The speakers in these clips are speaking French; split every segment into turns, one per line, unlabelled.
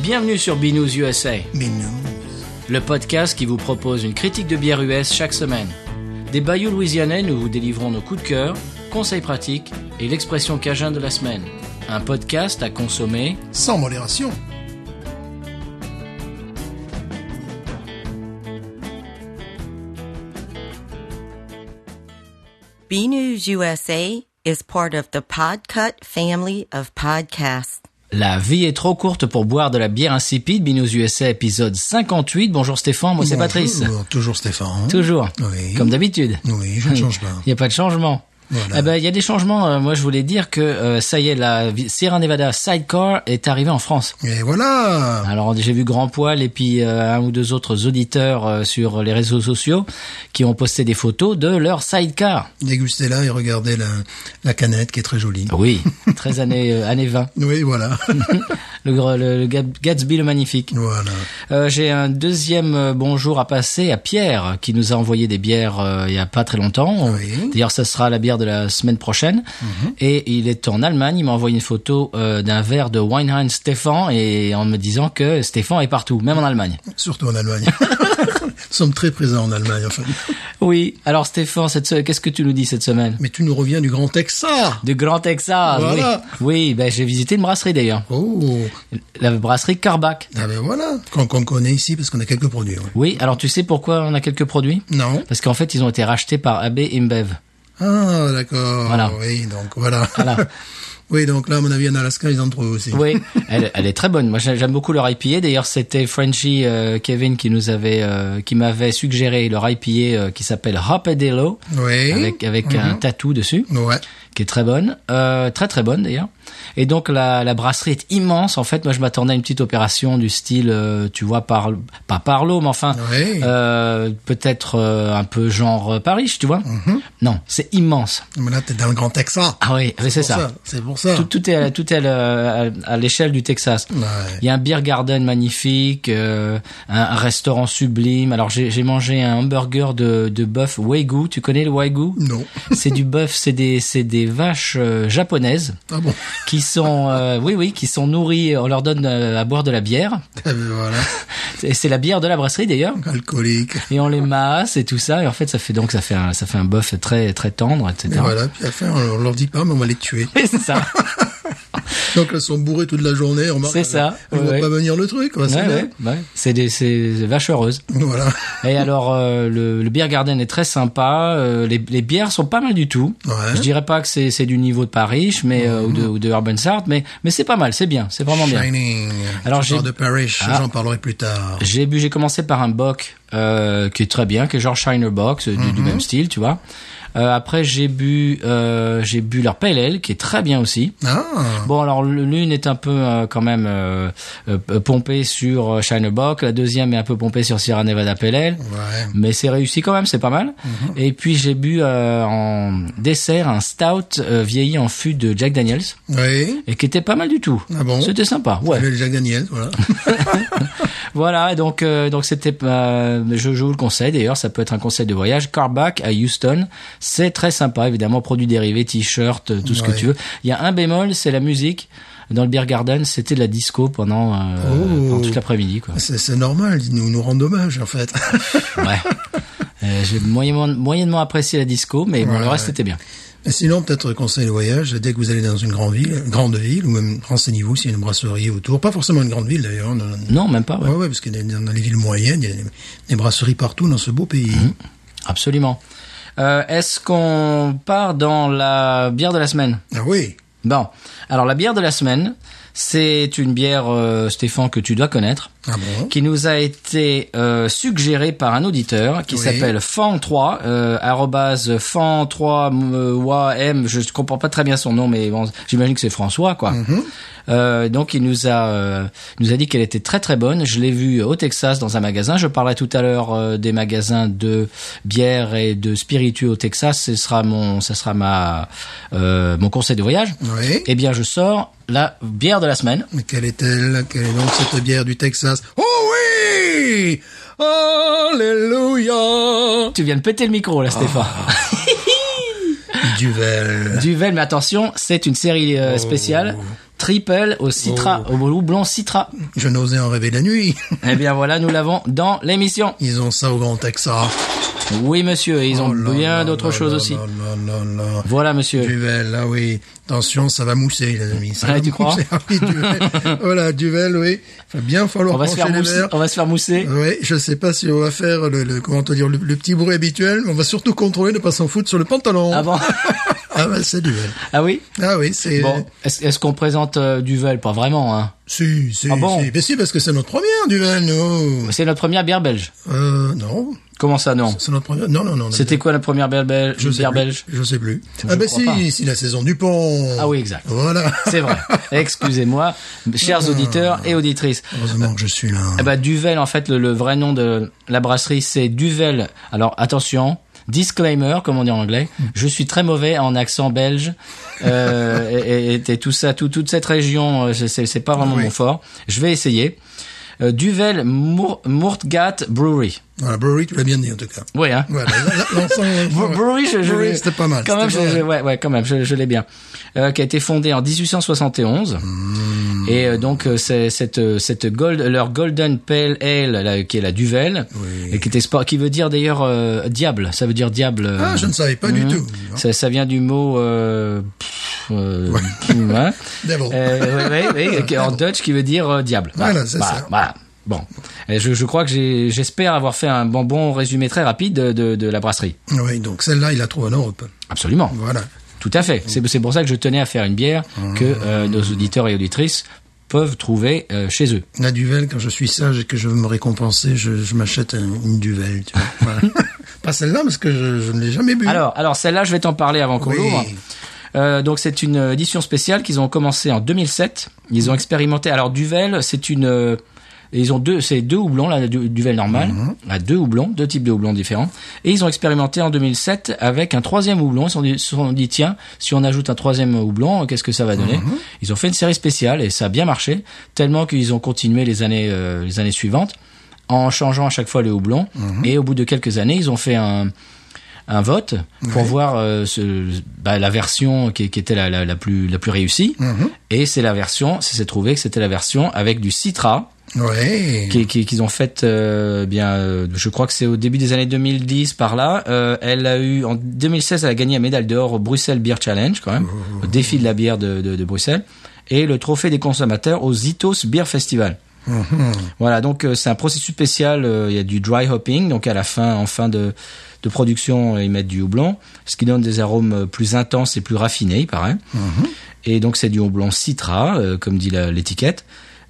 Bienvenue sur Binous USA,
Mais non.
le podcast qui vous propose une critique de bière US chaque semaine. Des bayous louisianais, nous vous délivrons nos coups de cœur, conseils pratiques et l'expression cajun de la semaine. Un podcast à consommer.
Sans modération.
B News USA is part of the Podcut family of podcasts.
La vie est trop courte pour boire de la bière insipide. Binous USA épisode 58. Bonjour Stéphane, moi c'est
Bonjour,
Patrice.
Toujours Stéphane.
Toujours.
Oui.
Comme d'habitude.
Oui, je ne change pas.
Il n'y a pas de changement.
Voilà.
Eh ben, il y a des changements. Euh, moi, je voulais dire que euh, ça y est, la vi- Sierra Nevada Sidecar est arrivée en France.
Et voilà.
Alors, j'ai vu Grand Poil et puis euh, un ou deux autres auditeurs euh, sur les réseaux sociaux qui ont posté des photos de leur sidecar.
Dégustez-la et regardez la, la canette qui est très jolie.
Oui, 13 années, euh, années 20.
Oui, voilà.
Le, gr- le, le Gab- Gatsby le magnifique.
voilà.
Euh, j'ai un deuxième euh, bonjour à passer à Pierre qui nous a envoyé des bières euh, il y a pas très longtemps.
Oui.
D'ailleurs, ça sera la bière de la semaine prochaine. Et il est en Allemagne. Il m'a envoyé une photo euh, d'un verre de Weinheim Stefan et en me disant que Stefan est partout, même en Allemagne.
Surtout en Allemagne. Nous sommes très présents en Allemagne, enfin.
Oui. Alors Stefan, cette se- qu'est-ce que tu nous dis cette semaine
Mais tu nous reviens du Grand Texas.
Du Grand Texas.
Voilà.
Oui. Oui. Ben, j'ai visité une brasserie d'ailleurs,
Oh.
la brasserie Carbac.
Ah ben voilà. Qu'on qu'on connaît ici parce qu'on a quelques produits. ouais.
Oui. Alors tu sais pourquoi on a quelques produits
Non.
Parce qu'en fait, ils ont été rachetés par AB InBev.
Ah, d'accord.
Voilà.
Oui, donc voilà.
Voilà.
oui, donc là, à mon avis, en Alaska, ils en trouvent aussi.
Oui, elle, elle est très bonne. Moi, j'a- j'aime beaucoup leur IPA. D'ailleurs, c'était Frenchy euh, Kevin qui nous avait, euh, qui m'avait suggéré leur IPA euh, qui s'appelle Hopadillo
Oui.
avec avec un tatou dessus,
Ouais.
qui est très bonne, euh, très très bonne d'ailleurs. Et donc la, la brasserie est immense. En fait, moi, je m'attendais à une petite opération du style, euh, tu vois, par pas par l'eau, mais enfin.
Oui.
euh, peut-être euh, un peu genre euh, Paris, tu vois Non, c'est immense.
Mais là, t'es dans le Grand Texas.
Ah oui, mais c'est
pour
ça.
ça, C'est pour ça.
Tout, tout est, à, la- tout est à la- à l'échelle du Texas.
Ouais.
Il y a un beer garden magnifique, euh, un, un restaurant sublime. Alors j'ai j'ai mangé un hamburger de, de bœuf Wagyu. Tu connais le Wagyu
Non.
C'est du bœuf, c'est des, c'est des vaches euh, japonaises
Ah bon
qui sont, euh, oui oui, qui sont nourries. On leur donne euh, à boire de la bière.
Eh ben Voilà.
Et c'est la bière de la brasserie d'ailleurs.
Alcoolique.
Et on les masse et tout ça. Et en fait, ça fait donc ça fait un, ça fait un bœuf très très tendre, etc.
Et voilà, puis à la fin, on leur dit pas, mais on va les tuer.
Et c'est ça.
Donc, elles sont bourrées toute la journée. on remarque
C'est
qu'elles-
ça,
Elles vont
ouais.
pas venir le truc, quoi. c'est
Ouais,
bien.
ouais, ouais. C'est des, c'est des vaches heureuses.
Voilà.
Et alors, euh, le, le beer garden est très sympa. euh, les, les bières sont pas mal du tout.
Ouais.
Je dirais pas que c'est c'est du niveau de Paris, mais euh, ou de ou de Urban Sart, mais mais c'est pas mal, c'est bien, c'est vraiment bien.
Shining.
Alors,
Alors,
j'ai-
de Parrish,
Ah.
j'en parlerai plus tard.
J'ai bu, j'ai commencé par un bock euh, qui est très bien, qui est genre Shiner Box euh, du,
Mm-hmm.
du même style, tu vois. Euh, après j'ai bu euh, j'ai bu leur pale ale qui est très bien aussi.
Ah.
Bon alors le- l'une est un peu euh, quand même euh, euh, pompée sur euh, Shiner Bock, la deuxième est un peu pompée sur Sierra Nevada pale ale.
Ouais.
Mais c'est réussi quand même, c'est pas mal. Et puis j'ai bu euh, en dessert un stout euh, vieilli en fût de Jack Daniels
Oui.
et qui était pas mal du tout.
Ah bon
C'était sympa, ouais.
Avec Jack Daniel, voilà.
Voilà, donc euh, donc c'était, euh, je, je vous le conseille. D'ailleurs, ça peut être un conseil de voyage. Carback à Houston, c'est très sympa. Évidemment, produits dérivés, t-shirts, euh, tout ce que
Ouais.
tu veux. Il y a un bémol, c'est la musique. Dans le beer garden, c'était de la disco pendant, euh,
Oh.
pendant toute l'après-midi, quoi.
C'est c'est normal, ils nous, nous rendent hommage, en fait.
Ouais. Euh, J'ai moyennement, moyennement apprécié la disco, mais bon,
Ouais,
le reste
ouais.
était bien.
Et sinon, peut-être conseil de voyage, dès que vous allez dans une grande ville, grande ville, ou même renseignez-vous s'il y a une brasserie autour. Pas forcément une grande ville d'ailleurs. hein, dans-
Non, même pas. ouais.
Ouais, ouais, parce que dans- dans les villes moyennes, il y a des, des brasseries partout dans ce beau pays.
Mhm. Absolument. Euh, Est-ce qu'on part dans la bière de la semaine
Ah oui.
Bon, alors la bière de la semaine, c'est une bière, euh, Stéphane, que tu dois connaître,
Ah bon
qui nous a été euh, suggérée par un auditeur qui
Oui.
s'appelle Fan3, euh, arrobase Fan3M, je comprends pas très bien son nom, mais bon, j'imagine que c'est François, quoi. Euh, donc il nous a, euh, il nous a dit qu'elle était très très bonne. Je l'ai vue au Texas dans un magasin. Je parlais tout à l'heure euh, des magasins de bière et de spiritueux au Texas. Ce sera mon, ça sera ma, euh, mon conseil de voyage.
Oui.
Eh bien, je sors la bière de la semaine.
Mais quelle est-elle Quelle est donc cette bière du Texas Oh oui Alléluia
Tu viens de péter le micro, là, Stéphane.
Duvel. Oh.
Duvel, mais attention, c'est une série euh, spéciale. triple au citra, au houblon citra.
Je n'osais en rêver la nuit.
Eh bien voilà, nous l'avons dans l'émission.
Ils ont ça au Grand Texas.
Oui, monsieur, et ils ont
Oh là
bien
là
d'autres
là
choses
là
aussi.
là là là là.
Voilà, monsieur.
Duvel, ah oui. Attention, ça va mousser, les amis. Ça
Euh. Ah,
va
tu crois
mousser. Ah oui, Duvel. voilà, Duvel, oui. Il va bien falloir
On va, se faire
pencher les Euh,
mousser,
verres.
on va se faire mousser.
Oui, je sais pas si on va faire le, le- comment te dire le, le petit bruit habituel, mais on va surtout contrôler de pas s'en foutre sur le pantalon.
Ah bon
Ah bah c'est Duvel.
Ah oui
Ah oui, c'est
Bon, est-ce est-ce qu'on présente euh, Duvel Pas vraiment, hein.
si si
Ah bon
si. Mais si, parce que c'est notre première Duvel, nous.
C'est notre première bière belge.
Euh non,
Comment ça, non
c'est notre première. Non non non. non.
C'était quoi la première bière belge
je sais
bière
plus.
belge
Je sais plus. ah bah
crois
si,
pas.
si la saison du pont.
Ah oui, exact.
Voilà.
C'est vrai. Excusez-moi, chers
Euh.
auditeurs et auditrices.
Heureusement que je suis là.
Eh ben, Duvel, en fait, le, le vrai nom de la brasserie, c'est Duvel. Alors, attention. Disclaimer, comme on dit en anglais,
Mm.
je suis très mauvais en accent belge euh, et, et- et tout ça, tout, toute cette région, euh, c'est- c'est c'est pas vraiment
Oui.
mon fort. Je vais essayer. Euh, Duvel Mour- Mourtgat Brewery.
Voilà, Brewery, tu l'as bien dit en tout cas.
Oui, hein.
Voilà, là, là, l'ensemble-
Br- Brewery, je, je
Brewery,
l'ai-
c'était pas mal.
Quand même, je,
c'était pas
je-
mal.
ouais, ouais, quand même, je, je l'ai bien. Euh, qui a été fondée en 1871.
Mm.
Et euh, donc euh, c'est cette euh, cette gold leur golden pale ale là, qui est la Duvel
Oui.
et qui est espo- qui veut dire d'ailleurs euh, diable, ça veut dire diable. euh,
Ah, je ne savais pas du
mhm.
tout.
Ça, ça vient du mot euh, pff, euh, hein.
Devil.
Euh, ouais, ouais, ouais, qui- en Dutch qui veut dire euh, diable.
Voilà, c'est ça.
voilà. Bon, Et je, je crois que j'ai- j'espère avoir fait un bon bon résumé très rapide de- de, de la brasserie.
Oui, donc celle-là, il la trouve en Europe.
Absolument.
Voilà.
Tout à fait. C'est c'est pour ça que je tenais à faire une bière que
Mmh.
euh, nos auditeurs et auditrices peuvent trouver euh, chez eux.
La Duvel, quand je suis sage et que je veux me récompenser, je, je m'achète un- une Duvel. Tu vois. Voilà. pas celle-là, parce que je, je ne l'ai jamais bu.
Alors, alors celle-là, je vais t'en parler avant qu'on
Oui.
l'ouvre. Euh, donc c'est une édition spéciale qu'ils ont commencé en 2007. Ils ont expérimenté. Alors Duvel, c'est une. euh, ils ont deux, c'est deux houblons, là, du- Duvel normal, à deux houblons, deux types de houblons différents. Et ils ont expérimenté en 2007 avec un troisième houblon. Ils se sont dit, se sont dit, tiens, si on ajoute un troisième houblon, qu'est-ce que ça va donner Ils ont fait une série spéciale et ça a bien marché, tellement qu'ils ont continué les années, euh, les années suivantes en changeant à chaque fois le houblon. Et au bout de quelques années, ils ont fait un, un vote pour voir euh, ce, bah, la version qui, qui était la, la, la plus, la plus réussie.
Mm-hmm.
Et c'est la version, c'est s'est trouvé que c'était la version avec du citra
Ouais.
qui- qui- qu'ils ont faite, euh, bien, euh, je crois que c'est au début des années 2010 par là. Euh, elle a eu en 2016, elle a gagné la médaille d'or au Bruxelles Beer Challenge quand même, au défi de la bière de, de, de Bruxelles, et le trophée des consommateurs au Zitos Beer Festival.
Mhm.
Voilà, donc euh, c'est un processus spécial. euh, Il y a du dry hopping, donc à la fin, en fin de, de production, euh, ils mettent du houblon, ce qui donne des arômes euh, plus intenses et plus raffinés, il paraît. Et donc c'est du houblon citra, euh, comme dit la- l'étiquette,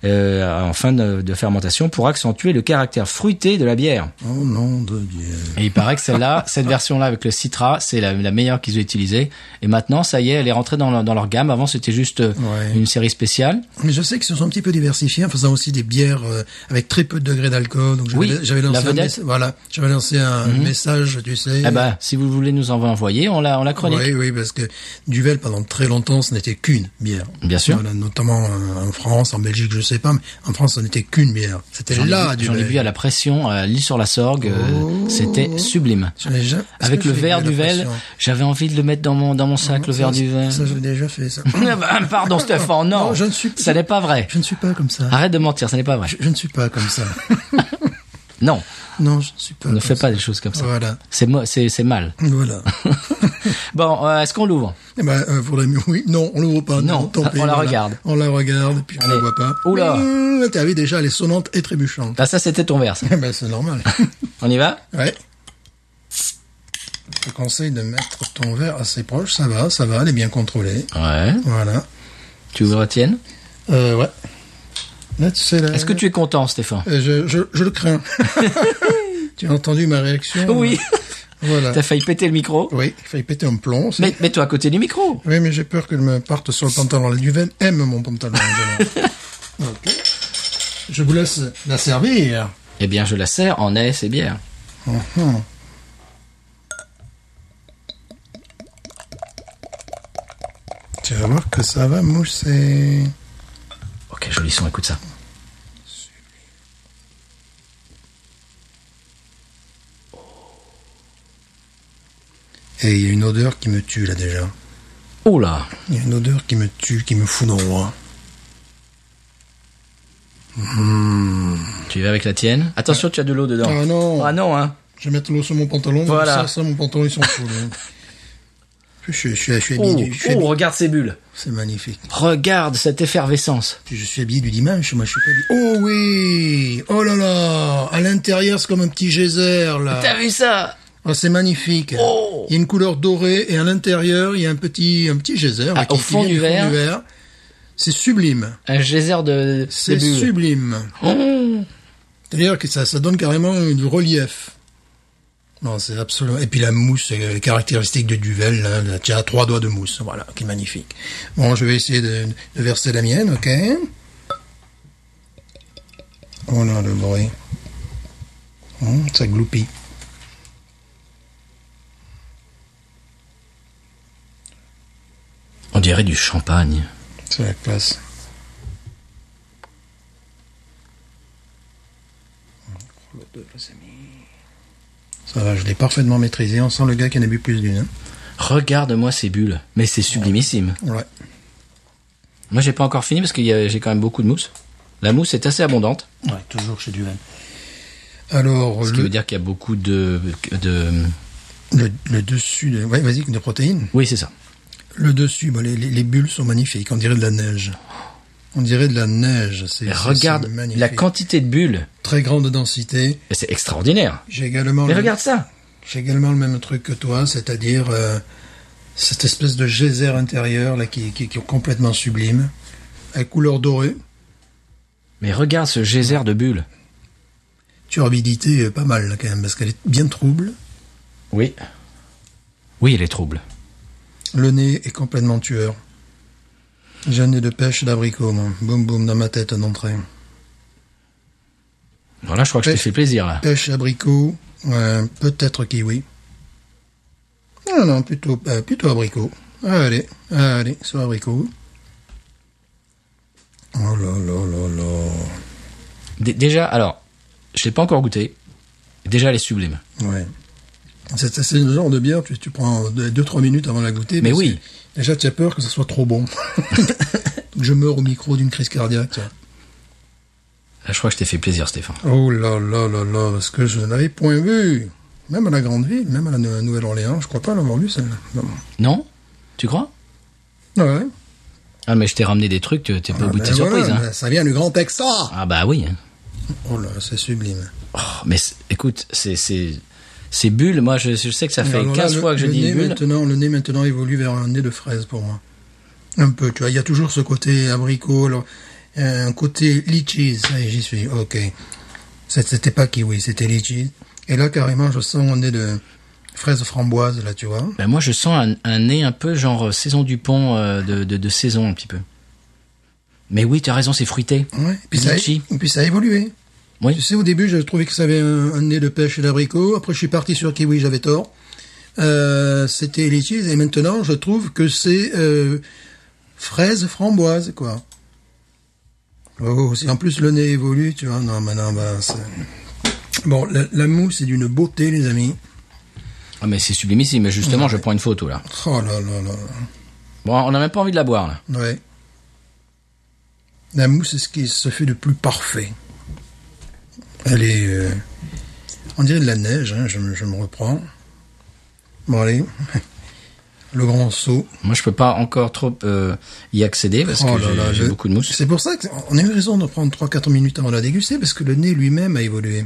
euh, en fin de, de fermentation pour accentuer le caractère fruité de la bière.
Oh nom de Dieu.
Et il paraît que celle-là, cette version-là avec le citra, c'est la, la meilleure qu'ils ont utilisée. Et maintenant, ça y est, elle est rentrée dans, leur- dans leur gamme. Avant, c'était juste euh,
Ouais.
une série spéciale.
Mais je sais qu'ils se sont un petit peu diversifiés en faisant aussi des bières euh, avec très peu de degrés d'alcool. Donc j'avais-
Oui,
j'avais lancé
la
un
vedette. Mm-hmm.
messa- voilà, j'avais lancé un message, tu sais.
Eh ben, si vous voulez nous en envoyer, on la, on la chronique.
Oui, oui, parce que Duvel, pendant très longtemps, ce n'était qu'une bière.
Bien sûr.
Voilà, notamment euh, en France, en Belgique, je sais pas, mais en France, ce n'était qu'une bière. C'était
J'en ai
là,
bu- J'en ai
Duvel.
bu à la pression, à l'île sur la Sorgue. euh, C'était sublime.
J'en ai déjà- est-ce
Avec
que
le
j'ai
verre
bu à la
Duvel,
pression
j'avais envie de le mettre dans mon dans mon sac, le verre
Ça,
Duvel.
Ça, je l'ai déjà fait, ça.
Ah bah, Pardon, Stéphane, non,
Non, je ne suis-
ça n'est pas vrai.
je ne suis pas comme ça.
Arrête de mentir, ça n'est pas vrai.
Je, je ne suis pas comme ça.
Non,
non, je ne suis pas
ne
comme
fais
ça.
pas des choses comme ça.
Voilà.
C'est mo- c'est c'est mal.
Voilà.
Bon, euh, est-ce qu'on l'ouvre
eh ben, euh, faudrait mieux. Oui, non, on l'ouvre pas.
Non,
Non, tant
on
pis,
la
voilà.
regarde.
On la regarde, et puis on
Allez.
la voit pas.
Oula.
Mmh, T'as vu déjà, elle est sonnante et trébuchante.
Ah ça c'était ton verre. ça.
Eh ben, c'est normal.
On y va
Ouais. Je te conseille de mettre ton verre assez proche. Ça va, ça va, elle est bien contrôlée.
Ouais.
Voilà.
Tu le retiennes
Euh, ouais. Là, tu sais, là.
Est-ce que tu es content, Stéphane
Euh, je, je, je le crains. tu as entendu ma réaction hein
Oui.
Voilà.
T'as failli péter le micro.
Oui, il fallait péter un plomb. c'est-
Mais mets-toi à côté du micro.
Oui, mais j'ai peur qu'elle me parte sur le pantalon. La Duvel aime mon pantalon. en général. ok. Je vous laisse la servir.
Eh bien, je la sers en est et bière.
Hum. Tu vas voir que ça va mousser.
Ok, joli son, écoute ça.
Et il y a une odeur qui me tue là déjà.
Oula.
Il y a une odeur qui me tue, qui me fout dans le roi.
Tu y vas avec la tienne. Attention, tu as de l'eau dedans.
Ah non.
Ah non, hein.
Je vais mettre l'eau sur mon pantalon.
Voilà.
Ça, ça, mon pantalon, ils sont chauds. là. Je, je suis- je suis habillé
Oh,
du... je suis
oh,
habillé-
regarde ces bulles.
C'est magnifique.
Regarde cette effervescence.
Puis je suis habillé du dimanche, moi je suis pas habillé... Oh oui Oh là là À l'intérieur, c'est comme un petit geyser, là.
T'as vu ça
Ah, c'est magnifique.
Oh
il y a une couleur dorée et à l'intérieur, il y a un petit, un petit geyser.
Ah,
qui-
au
qui
fond
vient
du verre.
C'est sublime.
Un geyser de de
C'est
bulles.
sublime.
Oh.
C'est-à-dire que ça, ça donne carrément du relief. Non, c'est absolument. Et puis la mousse euh, caractéristique de Duvel, hein, là, là, tu as trois doigts de mousse, voilà, qui est magnifique. Bon, je vais essayer de, de verser la mienne, ok Oh là, le bruit. Hum, ça gloupit.
On dirait du champagne.
C'est la classe. Ça va, je l'ai parfaitement maîtrisé. On sent le gars qui en a bu plus d'une. hein.
Regarde-moi ces bulles. Mais c'est sublimissime.
Ouais.
Moi, j'ai pas encore fini parce que j'ai quand même beaucoup de mousse. La mousse est assez abondante,
Ouais, toujours chez Duvel. Alors,
ce qui
le,
veut dire qu'il y a beaucoup de, de...
le, le dessus, de, ouais, vas-y, de protéines.
Oui, c'est ça.
Le dessus, bah, les, les- les bulles sont magnifiques. On dirait de la neige. On dirait de la neige. C'est
Et
c'est-
regarde
c'est magnifique.
la quantité de bulles.
Très grande densité.
Et C'est extraordinaire.
J'ai également.
Mais
le-
regarde ça.
J'ai également le même truc que toi, c'est-à-dire euh, cette espèce de geyser intérieur là qui, qui, qui est complètement sublime, à couleur dorée,
Mais regarde ce geyser de bulles.
turbidité euh, pas mal là, quand même parce qu'elle est bien trouble.
Oui. Oui, elle est trouble.
Le nez est complètement tueur. J'ai un nez de pêche d'abricot, moi. Boum boum dans ma tête d'entrée.
Voilà, je crois que je t'ai
Pêche.
fait plaisir là.
Pêche abricot, ouais, peut-être kiwi. Non non, plutôt euh, plutôt abricot. Allez, allez, sur abricot. Oh là là là là.
Dé- déjà, alors, je l'ai pas encore goûté. Déjà, elle est sublime.
Ouais. C'est c'est le genre de bière, tu, tu prends 2-3 minutes avant de la goûter.
Mais
parce
oui.
que Déjà, tu as peur que ce soit trop bon. je meurs au micro d'une crise cardiaque. tiens.
Là, je crois que je t'ai fait plaisir, Stéphane.
Oh là là là là, ce que je n'avais point vu. Même à la grande ville, même à la Nou- Nouvelle-Orléans, je crois pas l'avoir vu celle-là. Non.
Non Tu crois
Ouais.
Ah, mais je t'ai ramené des trucs, tu- t'es pas au bout de
Ben
tes
voilà,
surprises. hein.
ben Ça vient du Grand Texas.
Ah bah oui. hein.
Oh là, c'est sublime.
Oh, mais c'est- écoute, c'est c'est- ces bulles, moi, je, je sais que ça fait
Ah, Alors là,
15
le-
fois que je
le
dis
nez
bulles.
maintenant, le nez maintenant évolue vers un nez de fraise pour moi. Un peu, tu vois, il y a toujours ce côté abricot, alors, euh, un côté litchis, ça y est, j'y suis, ok. C'est- C'était pas kiwi, c'était litchis. Et là, carrément, je sens un nez de fraise framboise, là, tu vois.
Ben, moi, je sens un, un nez un peu genre euh, saison du pont euh, de, de- de saison, un petit peu. Mais oui, tu as raison, c'est fruité.
Ouais. Et puis, ça a,
Litchi.
et puis ça a évolué.
Oui.
Tu sais, au début, je trouvais que ça avait un, un nez de pêche et d'abricot. Après, je suis parti sur kiwi, j'avais tort. Euh, c'était litchis. Et maintenant, je trouve que c'est euh, fraise framboise, quoi. Oh, si en plus le nez évolue, tu vois. Non, maintenant, bah, c'est- Bon, la, la mousse est d'une beauté, les amis.
Ah, mais c'est sublimissime. Mais justement, je prends une photo, là.
Oh là là là là.
Bon, on n'a même pas envie de la boire, là.
Ouais. La mousse, c'est ce qui se fait de plus parfait. Elle est... euh, on dirait de la neige, hein, je, me- je me reprends. Bon, allez. Le grand saut.
Moi, je peux pas encore trop euh, y accéder parce
Oh
que
là là,
j'ai- j'ai
le-
beaucoup de mousse.
C'est pour ça qu'on a eu raison de prendre 3-4 minutes avant de la déguster, parce que le nez lui-même a évolué.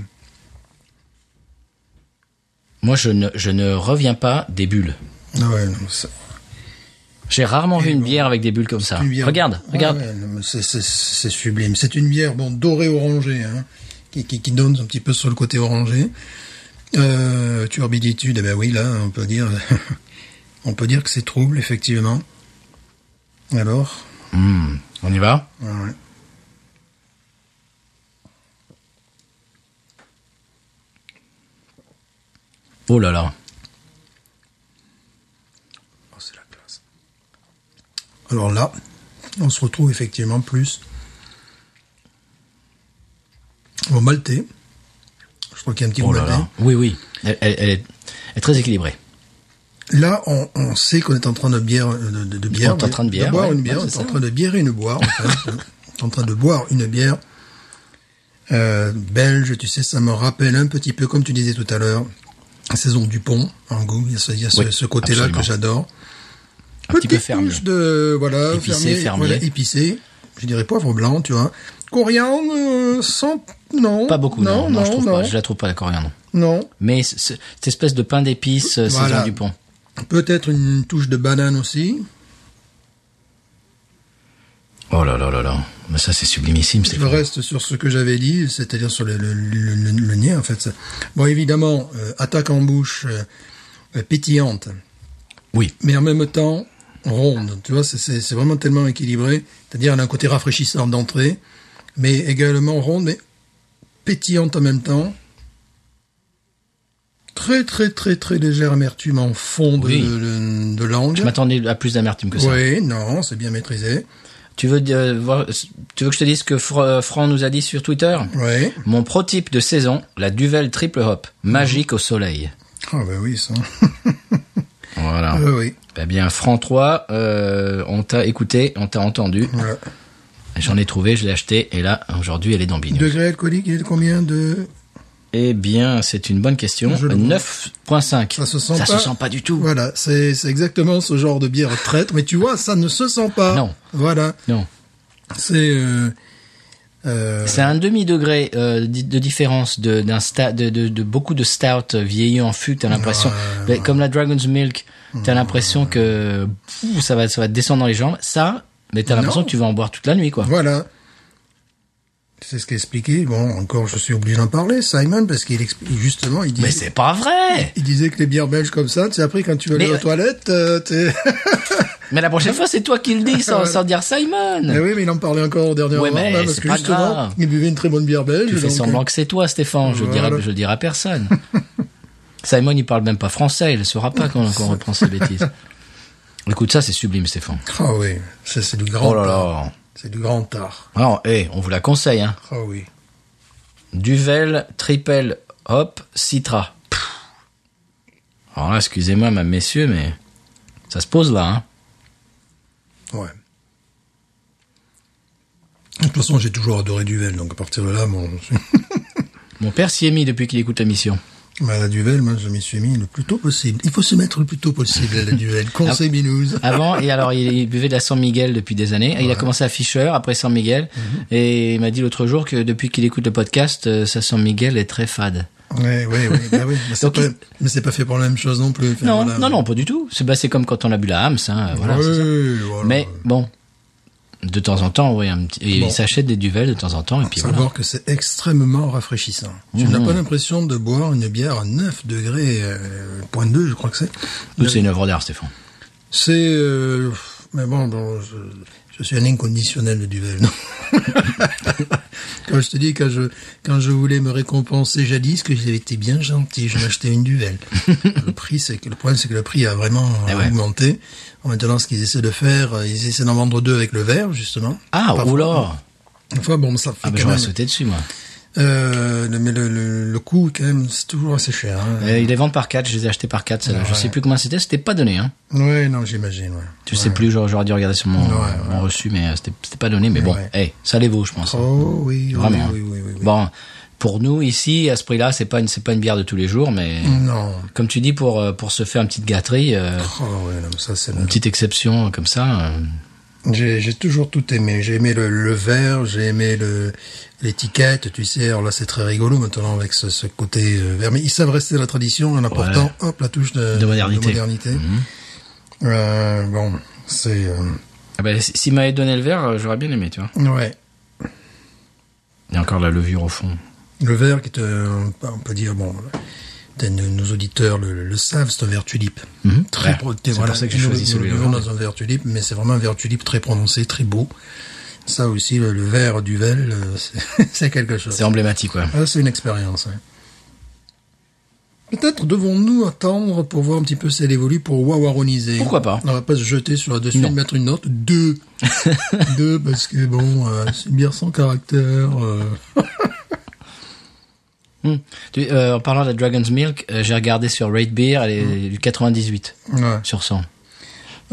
Moi, je ne, je ne reviens pas des bulles.
Ah ouais, non, c'est-
J'ai rarement
Eh
vu une bière avec des bulles comme ça.
Une bière-
Ah, Regarde,
Ouais,
regarde.
ouais, non, mais c'est- c'est c'est sublime. C'est une bière bon dorée orangée, hein, qui, qui, qui donne un petit peu sur le côté orangé. Euh, turbiditude, eh ben oui, là, on peut dire, on peut dire que c'est trouble, effectivement. Alors,
Hmm, on y va
ouais, ouais.
Oh là là.
alors là, on se retrouve effectivement plus au maltais. Je crois qu'il y a un petit
Oh
goût
là
maltais.
là. Oui, oui. Elle, elle- elle est, elle est très équilibrée.
Là, on, on sait qu'on est en train de bière, euh, de, de- de bière,
On est en train de bière,
boire
ouais.
une bière,
Ouais,
on
c'est
est en
ça.
train de bière une boire, en fait. On est en train de boire une bière euh, belge, tu sais, ça me rappelle un petit peu, comme tu disais tout à l'heure, la saison du pont, en goût. Il y a ce, il y a ce-
Oui,
ce côté-là
absolument.
que j'adore.
Un petit peu
Petite
fermier.
touche de, voilà,
Épicé,
fermier,
fermier.
voilà, épicé. Je dirais poivre blanc, tu vois. Coriandre, euh, sans, non.
Pas beaucoup, non, non,
non,
je trouve
non,
pas. Je la trouve pas la coriandre.
non.
Mais c- c- cette espèce de pain d'épices, euh,
Voilà.
saison du pont.
Peut-être une touche de banane aussi.
Oh là là là là. Mais ça, c'est sublimissime, c'est
Je reste sur ce que j'avais dit, c'est-à-dire sur le, le, le- le- le nez en fait. Bon, évidemment, euh, attaque en bouche euh, euh, pétillante,
Oui.
mais en même temps ronde. Tu vois, c'est- c'est c'est vraiment tellement équilibré. C'est-à-dire, elle a un côté rafraîchissant d'entrée, mais également ronde, mais pétillante en même temps. Très très très très légère amertume en fond de,
Oui.
de, de langue.
Je m'attendais à plus d'amertume que ça.
Oui, non, c'est bien maîtrisé.
Tu veux, euh, voir- tu veux que je te dise ce que Fr- euh, Franck nous a dit sur Twitter
Oui.
Mon prototype de saison, la Duvel Triple Hop, magique au soleil.
Ah bah oui, ça.
Voilà.
Ah bah oui.
Eh bien, Franck 3, euh, on t'a écouté, on t'a entendu.
Voilà.
J'en ai trouvé, je l'ai acheté, et là, aujourd'hui, elle est dans Bignou.
Degré alcoolique, il est de combien de
Eh bien, c'est une bonne question.
Je le vois.
9.5.
Ça se sent
ça
pas.
se sent pas du tout.
Voilà, c'est c'est exactement ce genre de bière traître, mais tu vois, ça ne se sent pas.
Non.
Voilà,
Non.
c'est euh, euh,
C'est un demi-degré euh, di- de différence de, d'un sta- de, de, de beaucoup de stout vieillis en fût. T'as l'impression, ben,
Ouais.
comme la Dragon's Milk, t'as l'impression que pff, ça va, ça va te descendre dans les jambes. Ça, mais t'as l'impression
Non.
que tu vas en boire toute la nuit, quoi.
voilà. C'est ce qu'a expliqué. Bon, encore, je suis obligé d'en parler, Simon, parce qu'il explique justement, il dit.
Mais c'est pas vrai
Il disait que les bières belges comme ça, tu sais, après quand tu vas aller
Mais,
aux
euh,
toilettes, euh, t'es-
Mais la prochaine fois, c'est toi qui le dis sans, sans dire Simon.
Mais Eh oui, mais il en parlait encore dernièrement,
Ouais, mais
là, hein, parce
c'est
que
pas
justement,
grave.
il buvait une très bonne bière belge.
Tu fais
donc, euh,
semblant que c'est toi, Stéphane. Je, le
Voilà.
dirai, je le dirai à personne. Simon, il parle même pas français. Il ne saura pas quand on reprend ses bêtises. Écoute, ça, c'est sublime, Stéphane.
Ah oui, ça c'est du grand
Oh là
art.
là.
C'est du grand art.
Alors, eh, on vous la conseille. Hein.
Ah oui.
Duvel, triple, hop, citra. Pff. Alors là, excusez-moi, ma- messieurs, mais ça se pose là. Hein.
Ouais. De toute façon, j'ai toujours adoré Duvel, donc à partir de là, bon,
Mon père s'y est mis depuis qu'il écoute la mission.
bah, la Duvel, moi, je m'y suis mis le plus tôt possible. Il faut se mettre le plus tôt possible à la
Ah.
Duvel. Conseil Binouze.
Avant, et alors il, il buvait de la San Miguel depuis des années. Il a commencé à Fischer, après San Miguel,
Mhm.
et il m'a dit l'autre jour que depuis qu'il écoute le podcast, euh, sa San Miguel est très fade.
Ah, Ouais, ouais, ouais, bah oui. Mais c'est
Donc,
pas,
il-
mais c'est pas fait pour la même chose non plus. Enfin,
non,
voilà.
non, non, pas du tout. C'est bah, c'est comme quand on a bu la Hams, hein, euh, voilà. c'est ça.
Oui, voilà.
Mais bon, de temps en temps, oui, un petit- et
Bon.
il s'achète des duels de temps en temps, et puis
Savoir
voilà. Mhm.
que c'est extrêmement rafraîchissant. Tu n'as pas l'impression de boire une bière à 9 degrés, euh, point 2, je crois que c'est.
Tout, C'est une œuvre d'art, Stéphane.
C'est... euh, mais bon, bon, je, je suis un inconditionnel de Duvel. non. quand je te dis, quand je, quand je voulais me récompenser jadis, que j'avais été bien gentil, je m'achetais une Duvel. le prix, c'est que, le problème, c'est que le prix a vraiment
Eh ouais.
augmenté. Maintenant, ce qu'ils essaient de faire, euh, ils essaient d'en vendre deux avec le verre, justement.
Ah,
Parfois-
oula
Enfin, bon, ça fait
Ah, bah,
quand
j'aurais
même-
sauté dessus, moi.
euh, mais le, le, le coût, quand même, c'est toujours assez cher. Hein.
Euh, ils les vendent par 4, je les ai achetés par 4, celle-là. Je sais plus comment c'était, c'était pas donné, hein.
Ouais, non, j'imagine. Ouais.
Je sais plus, j'aurais j'aurais dû regarder sur mon, mon reçu, mais euh, c'était c'était pas donné. Mais bon,
Ouais.
hey, ça les vaut, je pense.
Oh oui, oui,
Vraiment. hein.
oui, oui, oui, oui.
Bon, pour nous ici, à ce prix-là, c'est pas une c'est pas une bière de tous les jours, mais
Non.
comme tu dis, pour euh, pour se faire une petite gâterie, euh,
Oh ouais, non, mais ça c'est. le-
une petite exception euh, comme ça. euh,
J'ai j'ai toujours tout aimé. J'ai aimé le, le verre, j'ai aimé le l'étiquette, tu sais. Alors là, c'est très rigolo maintenant avec ce, ce côté euh, vert. Mais ils savent rester à la tradition en apportant, hop, la touche de,
De modernité. Mhm.
modernité. Euh, bon, c'est euh,
ah ben, si- s'il m'avait donné le verre, euh, j'aurais bien aimé, tu vois.
ouais.
Il y a encore la levure au fond.
Le verre qui est, euh, on peut dire, bon, peut-être nos, nos auditeurs le, le savent, c'est un verre tulipe.
Mhm.
Très
Ouais.
pro-
C'est
voilà,
pour ça que j'ai
nous-
choisi
nous-
celui-là
Nous buvons
aujourd'hui.
dans un verre tulipe, mais c'est vraiment un verre tulipe très prononcé, très beau. Ça aussi, le, le verre du Vel, euh, c'est- c'est quelque chose.
C'est emblématique, ouais.
Ah, c'est une expérience. ouais. Peut-être devons-nous attendre pour voir un petit peu si elle évolue pour wawaroniser.
Pourquoi pas
On va pas se jeter sur la dessus
Non.
et mettre une note 2. 2 parce que bon, euh, c'est une bière sans caractère. euh.
Hmm. Tu- euh, en parlant de la Mm. Dragon's Milk, euh, j'ai regardé sur Rate Beer, elle est du 98
Ouais.
sur 100.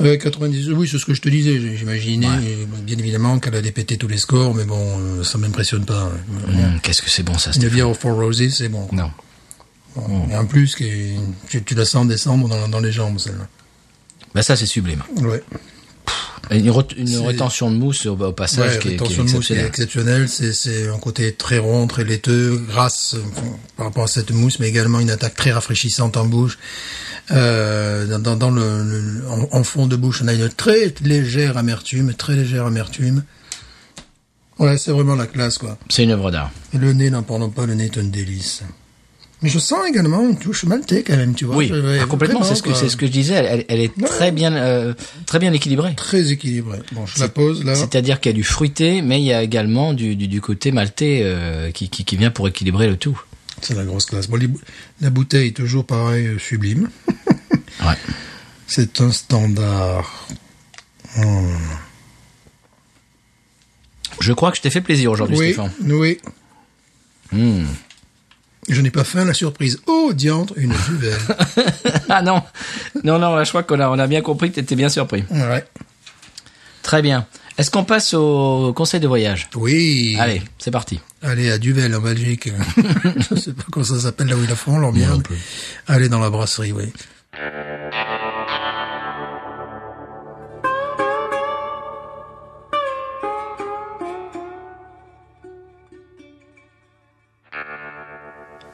Euh, 90, oui, c'est ce que je te disais. J'ai- J'imaginais, et, bon, bien évidemment, qu'elle allait péter tous les scores, mais bon, euh, ça m'impressionne pas.
Hum, Qu'est-ce que c'est bon ça,
Une
Stéphane
bière au Four Roses, c'est bon.
Non.
Et en plus, qui est- tu, tu la sens descendre dans, dans les jambes, celle-là.
Bah ça, c'est sublime.
Ouais.
Et Une, ret- une
C'est-
rétention de mousse au, au
Ouais,
passage qui, est, qui est
rétention de mousse qui est
exceptionnelle.
exceptionnelle. C'est, c'est un côté très rond, très laiteux, grasse euh, par rapport à cette mousse, mais également une attaque très rafraîchissante en bouche. Euh, dans, dans- dans le, le- en, en fond de bouche, on a une très légère amertume, très légère amertume. Ouais, c'est vraiment la classe, quoi.
C'est une œuvre d'art.
Et le nez, n'en parlons pas, le nez est un délice. Mais je sens également une touche maltais, quand même, tu vois.
Oui,
Je- ouais,
ah, complètement.
vraiment,
C'est ce que
quoi.
c'est ce que je disais. Elle, elle- elle est très bien, euh, très bien équilibrée.
Très équilibré. Bon, je la pose, là.
C'est-à-dire qu'il y a du fruité, mais il y a également du, du, du côté maltais euh, qui, qui, qui vient pour équilibrer le tout.
C'est la grosse classe. Bon, les bou- la bouteille, toujours pareil, euh, sublime.
Ouais.
C'est un standard.
Je crois que je t'ai fait plaisir aujourd'hui,
Oui,
Stéphane.
oui.
Hmm.
Je n'ai pas faim, la surprise. Oh, diantre, une duvel.
ah non, non, non. Là, je crois qu'on a, on a bien compris que t'étais bien surpris.
ouais.
Très bien. Est-ce qu'on passe au conseil de voyage
Oui.
Allez, c'est parti.
Allez à Duvel, en Belgique. je sais pas comment ça s'appelle là où ils la font, l'ambiance. Allez dans la brasserie, oui.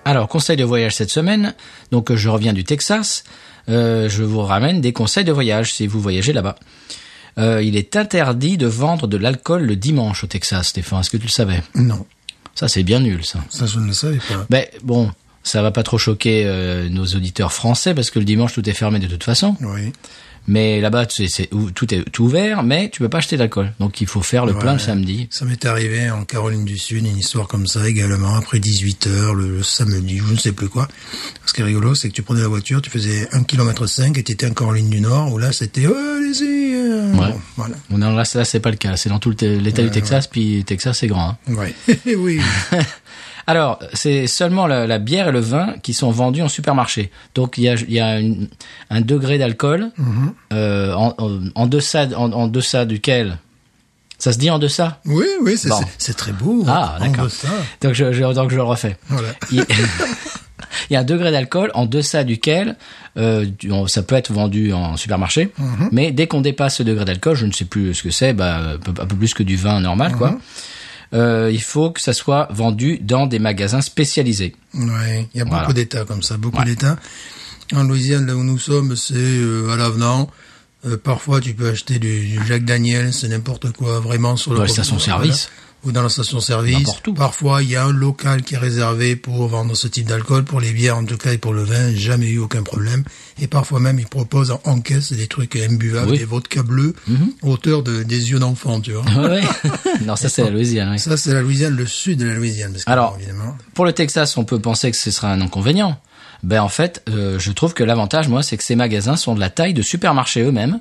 Alors, conseil de voyage cette semaine. Donc, euh, je reviens du Texas. Euh, je vous ramène des conseils de voyage si vous voyagez là-bas. Euh, il est interdit de vendre de l'alcool le dimanche au Texas, Stéphane. Est-ce que tu le savais
Non,
Ça, c'est bien nul, ça.
ça je ne le savais pas.
Ben, bon, ça va pas trop choquer euh, nos auditeurs français parce que le dimanche, tout est fermé de toute façon.
Oui.
Mais là-bas, tu sais, c'est ou- tout est tout ouvert, mais tu peux pas acheter d'alcool. Donc, il faut faire le plein le
Ouais.
samedi.
Ça m'est arrivé en Caroline du Sud, une histoire comme ça également, après 18 heures, le, le samedi, ou je ne sais plus quoi. Ce qui est rigolo, c'est que tu prenais la voiture, tu faisais 1,5 km et tu étais en Caroline du Nord, où là c'était, oh, allez-y euh,
Ouais.
bon, Voilà.
Non, là, là c'est pas le cas. C'est dans tout le te- l'État du Texas, puis Texas, c'est grand. hein.
Ouais. oui.
Alors, c'est seulement la, la bière et le vin qui sont vendus en supermarché. Donc, il y a, il y a une- un degré d'alcool euh, en, en, en deçà, en, en deçà duquel... Ça se dit en deçà
Oui, oui, c'est,
Bon.
c'est- c'est très beau.
Ah,
On
d'accord.
veut ça.
donc je, je, donc, je le refais.
Voilà.
Il, il y a un degré d'alcool en deçà duquel euh, tu- on- ça peut être vendu en supermarché, mais dès qu'on dépasse ce degré d'alcool, je ne sais plus ce que c'est, bah, un, peu, un peu plus que du vin normal, quoi. Euh, il faut que ça soit vendu dans des magasins spécialisés.
Ouais. Il y a beaucoup
Voilà.
d'États comme ça, beaucoup d'États. En Louisiane, là où nous sommes, c'est euh, à l'avenant. Euh, parfois, tu peux acheter du, du Jacques Daniel, c'est n'importe quoi, vraiment sur
Dans
le
la station-service.
Ou dans la station-service.
N'importe où.
Parfois, il y a un local qui est réservé pour vendre ce type d'alcool, pour les bières en tout cas et pour le vin. Jamais eu aucun problème. Et parfois même, ils proposent en, en caisse des trucs imbuvables,
Oui. Mhm.
des vodka bleus, hauteur de, des yeux d'enfant, tu vois.
Ouais. non, ça c'est la Louisiane. oui.
Ça, c'est la Louisiane, le sud de la Louisiane. Parce que,
Alors,
évidemment.
Pour le Texas, on peut penser que ce sera un inconvénient. Ben en fait, euh, je trouve que l'avantage, moi, c'est que ces magasins sont de la taille de supermarchés eux-mêmes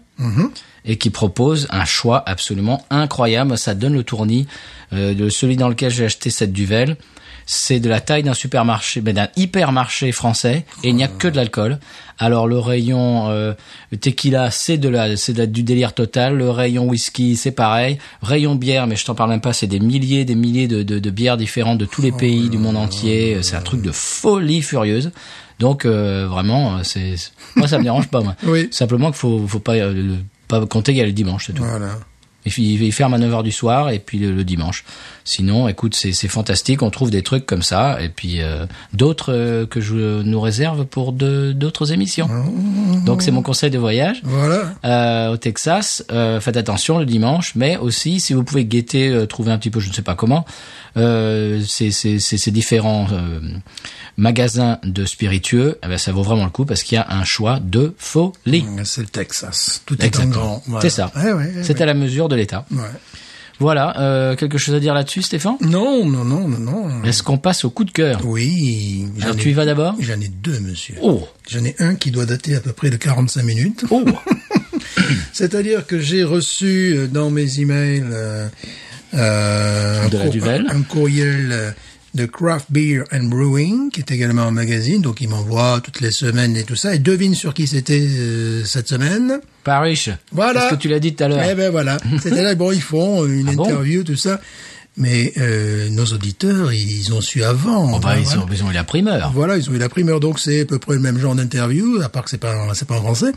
et qui proposent un choix absolument incroyable. Ça donne le tournis. Euh, de celui dans lequel j'ai acheté cette duvel, c'est de la taille d'un supermarché, ben, d'un hypermarché français et il n'y a que de l'alcool. Alors le rayon euh, tequila, c'est de la, c'est de la- du délire total. Le rayon whisky, c'est pareil. Rayon bière, mais je t'en parle même pas. C'est des milliers, des milliers de, de, de bières différentes de tous les pays du monde entier. C'est un truc de folie furieuse. Donc euh, vraiment, euh, c'est moi ça me dérange pas moi.
Oui.
Simplement qu'il faut faut pas euh, le- pas compter qu'il y a le dimanche, c'est tout.
Voilà.
Et puis, il ferme à 9h du soir et puis le, le dimanche. Sinon, écoute, c'est c'est fantastique. On trouve des trucs comme ça. Et puis, euh, d'autres euh, que je nous réserve pour de- d'autres émissions.
Mhm.
Donc, c'est mon conseil de voyage.
Voilà.
Euh, au Texas, euh, faites attention le dimanche, mais aussi si vous pouvez guetter, euh, trouver un petit peu, je ne sais pas comment, euh, ces, ces- ces- ces différents euh, magasins de spiritueux, eh ben, ça vaut vraiment le coup parce qu'il y a un choix de folie.
Mm, C'est le Texas. Tout est en
Exactement.
grand. Voilà.
C'est ça.
Ouais, ouais, ouais,
C'est à la mesure de l'État.
ouais.
Voilà, euh, quelque chose à dire là-dessus, Stéphane
Non, non, non, non, non.
Est-ce qu'on passe au coup de cœur
Oui.
Alors,
j'en ai-
tu y vas d'abord
J'en ai deux, monsieur.
Oh
J'en ai un qui doit dater à peu près de 45 minutes.
Oh
C'est-à-dire que j'ai reçu euh, dans mes emails euh, euh,
De la
cour-
Duvel.
un courriel euh, de Craft Beer and Brewing, qui est également un magazine, donc il m'envoie toutes les semaines et tout ça. Et devine sur qui c'était euh, cette semaine
Pas riche.
Voilà.
Parce que tu l'as dit tout à l'heure.
Eh ben voilà, c'était là, bon, ils font euh, une
Ah bon
interview, tout ça. Mais euh, nos auditeurs, ils ont su avant.
Bon, bah,
Voilà.
ils ont besoin de la primeur.
Voilà, ils ont eu la primeur, donc c'est à peu près le même genre d'interview, à part que c'est pas en- c'est pas en français.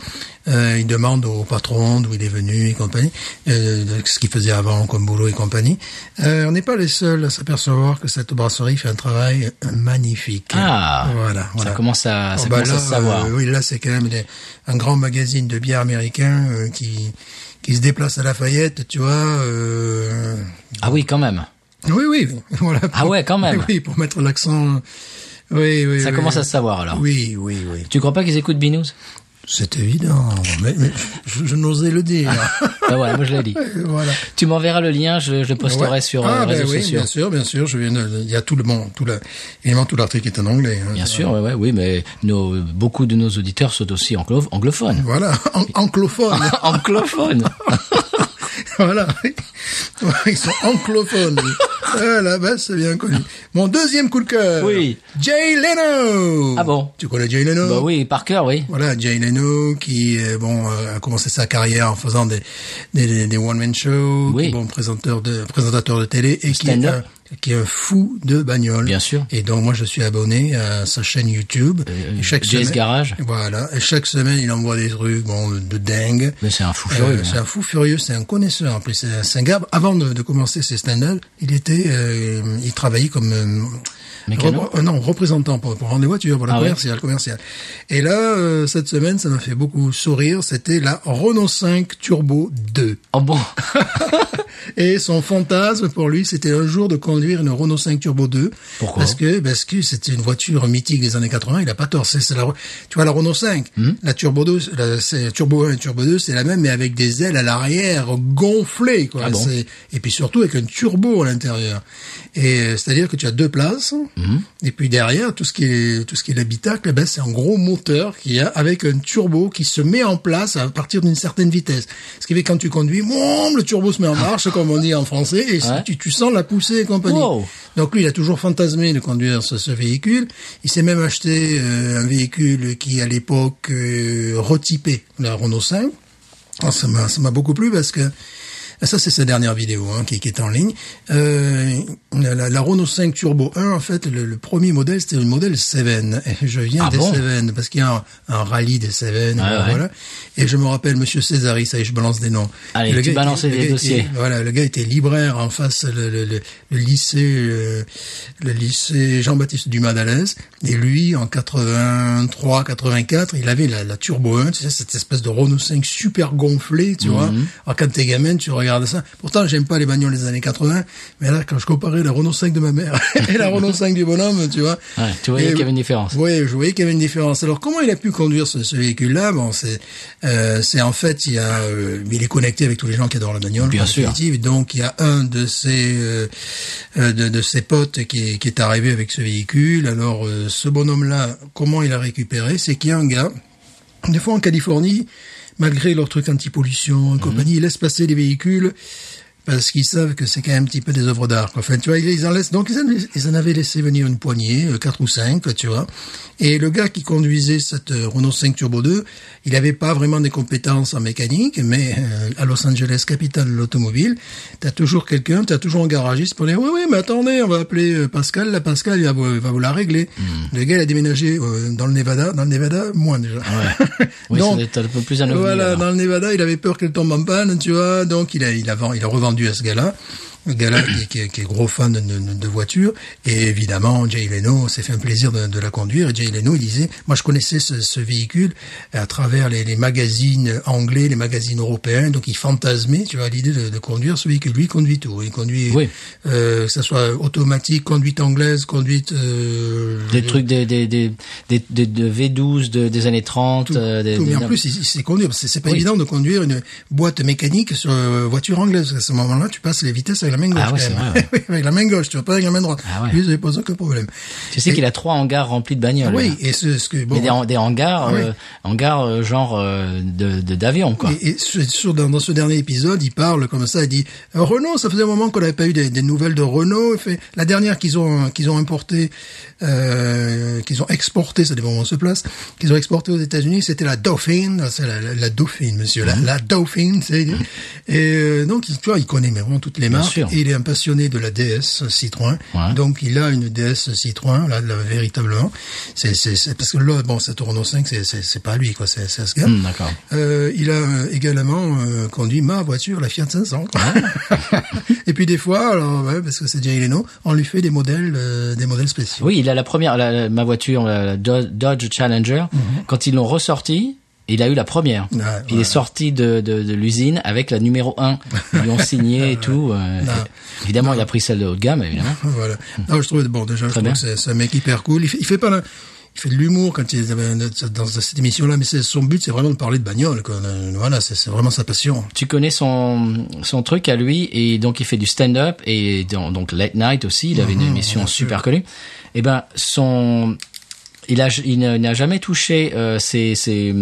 Euh, ils demandent au patron d'où il est venu et compagnie, euh, de ce qu'il faisait avant comme boulot et compagnie. Euh, on n'est pas les seuls à s'apercevoir que cette brasserie fait un travail magnifique.
Ah,
voilà, voilà.
ça commence à, Ah, ça
Oh, bah
commence à
là,
se savoir.
euh, oui, là c'est quand même des- un grand magazine de bière américain euh, qui qui se déplace à Lafayette, tu vois. euh,
Ah oui, quand même.
Oui, oui, voilà.
Ah ouais, quand même.
Oui, pour mettre l'accent. Oui, oui.
Ça
oui.
commence à se savoir alors.
Oui, oui, oui.
Tu crois pas qu'ils écoutent Binous
C'est évident, mais, mais je, je n'osais le dire.
Bah voilà, moi je l'ai dit.
voilà.
Tu m'enverras le lien, je, je le posterai
Ouais.
sur euh,
ah,
les
ben
réseaux
oui,
sociaux.
Bien sûr, bien sûr. Je viens de- il y a tout le bon, tout le, évidemment tout l'article est en anglais. hein.
Bien sûr, ouais, ouais, oui, mais nos, beaucoup de nos auditeurs sont aussi anglo- anglophones.
Voilà, en, anglophone.
anglophones
voilà, ils sont anglophones. ah, là, bas c'est bien connu. Mon deuxième coup de cœur.
Oui.
Jay Leno.
Ah bon
Tu connais Jay Leno
Bah oui, par cœur, oui.
Voilà, Jay Leno qui euh, bon euh, a commencé sa carrière en faisant des des, des- des one man shows,
Oui.
qui est, bon présentateur de présentateur de télé et qui est, un,
stand-up.
qui est un fou de bagnole.
Bien sûr.
Et donc moi je suis abonné à sa chaîne YouTube.
Euh,
Et chaque
Jay's
semaine,
Garage.
Voilà, et chaque semaine il envoie des trucs bon de dingue.
Mais c'est un fou
Euh,
furieux.
c'est
hein.
un fou furieux, c'est un connaisseur en plus. C'est un- C'est un gars. Avant de, de commencer ses stand-up, il était, euh, il travaillait comme euh,
Mécano
repr- euh, non représentant pour, pour rendre les voitures, pour la
Ah ouais
commerciale, commerciale. Et là, euh, cette semaine, ça m'a fait beaucoup sourire. C'était la Renault 5 Turbo 2.
Oh bon
Et son fantasme pour lui, c'était un jour de conduire une Renault 5 Turbo 2.
Pourquoi
Parce que parce que c'était une voiture mythique des années 80. Il a pas tort. C'est c'est la re- tu vois la Renault 5,
Hmm.
la Turbo 2, la, c'est Turbo 1 et Turbo 2, c'est la même mais avec des ailes à l'arrière gonflées quoi.
Ah bon
C'est- et puis surtout avec un turbo à l'intérieur. Et euh, c'est-à-dire que tu as deux places.
Hmm.
Et puis derrière tout ce qui est tout ce qui est l'habitacle, ben c'est un gros moteur qu'il y a avec un turbo qui se met en place à partir d'une certaine vitesse. Ce qui fait que quand tu conduis, moum, le turbo se met en marche comme on dit en français et
Ah. Ouais.
tu, tu sens la poussée et compagnie.
Wow.
Donc lui, il a toujours fantasmé de conduire ce, ce véhicule. Il s'est même acheté euh, un véhicule qui, à l'époque, euh, retypait la Renault 5. Ah, ça m'a ça m'a beaucoup plu parce que ah, ça c'est sa dernière vidéo hein, qui, qui est en ligne. Euh, la, la Renault 5 Turbo 1 en fait le, le premier modèle c'était le modèle Seven. Et je viens
Ah
des
bon
Cévennes parce qu'il y a un, un rallye des Cévennes
Ouais,
voilà,
ouais.
voilà. Et je me rappelle Monsieur Césari, ça y est, je balance des noms.
Allez,
Et le
tu
gars
balances
était- le
des
gars
dossiers.
était- voilà, le gars était libraire en face le, le, le, le lycée euh, le, lycée Jean-Baptiste Dumas d'Alès et lui en 83 84, il avait la, la Turbo 1, tu sais cette espèce de Renault 5 super gonflée, tu vois.
Mhm.
Alors quand t'es gamin, tu regardes ça. Pourtant, j'aime pas les bagnoles des années 80, mais là quand je comparais la Renault 5 de ma mère et la Renault 5 du bonhomme, tu vois.
Ouais, tu voyais
Et-
qu'il y avait une différence.
oui, je voyais qu'il y avait une différence. Alors comment il a pu conduire ce, ce véhicule-là Bon, c'est euh, c'est en fait il y a euh, il est connecté avec tous les gens qui adorent la bagnole.
Bien
en
sûr.
définitive. Donc il y a un de ses euh, euh, de, de ses potes qui est, qui est arrivé avec ce véhicule. Alors euh, ce bonhomme-là, comment il a récupéré C'est qu'il y a un gars. Des fois en Californie, malgré leur truc anti-pollution et compagnie, ils laissent passer les véhicules parce qu'ils savent que c'est quand même un petit peu des œuvres d'art. quoi. Enfin, tu vois, ils- ils en laissent. Donc, ils en, ils en avaient laissé venir une poignée, euh, quatre ou cinq, quoi, tu vois. Et le gars qui conduisait cette euh, Renault 5 Turbo 2, il n'avait pas vraiment des compétences en mécanique, mais euh, à Los Angeles, capitale de l'automobile, t'as toujours quelqu'un, t'as toujours un garagiste pour dire, oui, oui, mais attendez, on va appeler euh, Pascal. La Pascal, il va vous, il va vous la régler. Le gars, il a déménagé euh, dans le Nevada, dans le Nevada, moins déjà.
Oui, ça
Donc,
doit être un peu plus à l'avenir,
voilà,
alors.
dans le Nevada, il avait peur qu'elle tombe en panne, tu vois. Donc, il a, il a, vend- il a revendu à ce gars-là. Un gars-là qui, qui est- qui est gros fan de, de, de voitures. Et évidemment, Jay Leno s'est fait un plaisir de, de la conduire. Et Jay Leno, il disait, moi, je connaissais ce, ce véhicule à travers les, les magazines anglais, les magazines européens. Donc, il fantasmait, tu vois, l'idée de, de conduire ce véhicule. Lui, il conduit tout. Il conduit,
Oui.
euh, que ça soit automatique, conduite anglaise, conduite, euh,
Des trucs des, des, des, des, des- de V12 de- des années 30. euh, des-
Tout, mais
des-
en plus, il, il sait conduire. C'est, c'est pas
Oui.
évident de conduire une boîte mécanique sur euh, voiture anglaise. À ce moment-là, tu passes les vitesses à avec la main gauche.
Ah ouais,
quand
c'est
même.
vrai,
Oui, avec la main gauche, tu vois pas avec la main droite.
Ah ouais.
Lui, ça lui pose aucun problème.
Tu sais
Et-
qu'il a trois hangars remplis de bagnoles.
Oui,
là.
et ce, ce que bon.
Mais des, han- des hangars,
Ah oui.
euh, hangars euh, genre euh, de de- d'avion quoi.
Et, et sur- sur- dans, dans ce dernier épisode, il parle comme ça, il dit euh, Renault, ça faisait un moment qu'on n'avait pas eu des, des nouvelles de Renault. Il fait, la dernière qu'ils ont qu'ils ont importée, euh, qu'ils ont exportée, ça dépend où on se place, qu'ils ont exportée aux États-Unis, c'était la Dauphine, Ah, c'est la, la, la Dauphine, monsieur,
Mhm.
la, la Dauphine. c'est- Et euh, donc, il- tu vois, il connaît mais vraiment toutes les marques.
sûr.
Et il est un passionné de la DS Citroën.
Ouais.
Donc, il a une DS Citroën, là, là, véritablement. C'est c'est- c'est- parce que là, bon, cette Renault 5, c'est- c'est c'est pas lui, quoi, c'est c'est à ce gars.
Hum, D'accord.
Euh, il a euh, également euh, conduit ma voiture, la Fiat 500.
Ah.
et puis des fois, alors ouais, parce que c'est Jay Leno, on lui fait des modèles, euh, des modèles spéciaux.
Oui, il a la première, la- la- ma voiture, la la Do- Dodge Challenger. Quand ils l'ont ressorti, il a eu la première.
Mhm. Ouais,
il
ouais.
est sorti de, de, de l'usine avec la numéro 1. Ils l'ont signé et tout. euh, évidemment, il a pris celle de haut de gamme, évidemment.
voilà. Non, je trouve bon déjà, je
Très
trouve
bien.
que c'est- c'est un mec hyper cool. Il fait, il fait pas la- il fait de l'humour quand il est dans cette émission-là, mais c'est- son but, c'est vraiment de parler de bagnole. Quoi. Euh, Voilà, c'est c'est vraiment sa passion.
Tu connais son, son truc à lui, et donc il fait du stand-up, et dans- donc late night aussi, il avait
Mhm,
une émission super connue. Et ben, son, il a, il n'a il n'a jamais touché euh, ses, ses,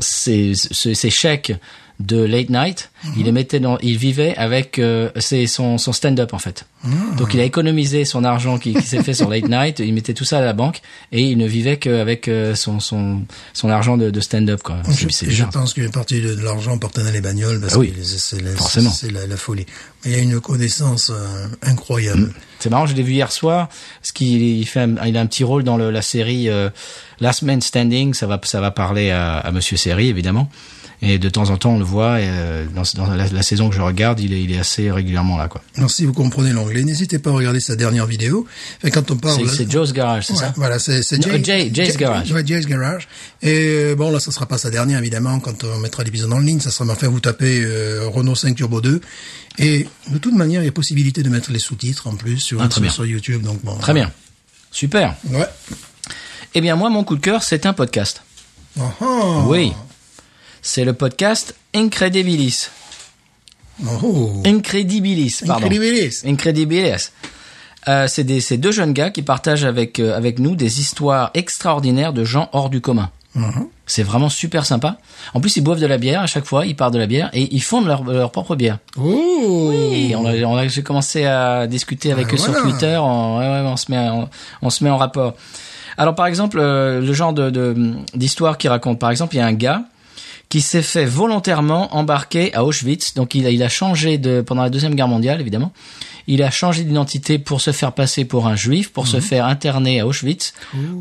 ses, ses- ses chèques de late night. Il
Mhm.
les mettait dans, il vivait avec euh, ses- son, son stand-up en fait.
Mhm.
Donc il a économisé son argent qui, qui s'est fait sur late night. Il mettait tout ça à la banque et il ne vivait qu'avec euh, son, son, son argent de, de stand-up quoi.
Je,
C'est c'est
je
bizarre.
pense qu'une partie de, de l'argent partenait à les bagnoles parce
Ah oui,
que c'est- c'est la,
forcément.
c'est la, la folie. Mais il y a une connaissance euh, incroyable.
C'est marrant, je l'ai vu hier soir, parce qu'il il fait, un, il a un petit rôle dans le- la série euh, Last Man Standing. Ça va, ça va parler à, à Monsieur Seri évidemment. Et de temps en temps, on le voit. Et, euh, dans dans la, la saison que je regarde, il est, il est assez régulièrement là, quoi.
Alors, si vous comprenez l'anglais, n'hésitez pas à regarder sa dernière vidéo. Enfin, quand on parle...
C'est- C'est Joe's Garage, c'est
Ah, Ouais,
ça
Voilà, c'est c'est
Non, Jay- Jay's
Jay-
Garage.
ouais, Jay's Garage. Et euh, bon, là, ça sera pas sa dernière, évidemment, quand on mettra l'épisode en ligne. Ça sera, mais enfin, vous tapez euh, Renault 5 Turbo 2. Et de toute manière, il y a possibilité de mettre les sous-titres, en plus, sur,
Ah, très
sur-
bien.
sur YouTube. Donc, bon,
Très bien, super.
Ouais.
Eh bien, moi, mon coup de cœur, c'est un podcast.
Ah, ah.
Oui, c'est le podcast Incredibilis.
Oh.
Incredibilis, pardon.
Incredibilis.
Incredibilis. Euh, c'est des- c'est deux jeunes gars qui partagent avec, euh, avec nous des histoires extraordinaires de gens hors du commun.
Mhm.
C'est vraiment super sympa. En plus, ils boivent de la bière à chaque fois, ils partent de la bière et ils fondent leur, leur propre bière.
Oh.
Et on a, on a- j'ai commencé à discuter avec
Ah,
eux sur
voilà.
Twitter. On, ouais, ouais, on se met, on, on se met en rapport. Alors, par exemple, euh, le genre de, de- d'histoire qu'ils racontent. Par exemple, il y a un gars qui s'est fait volontairement embarquer à Auschwitz. Donc, il a, il a changé de pendant la deuxième guerre mondiale, évidemment. Il a changé d'identité pour se faire passer pour un juif, pour se faire interner à Auschwitz,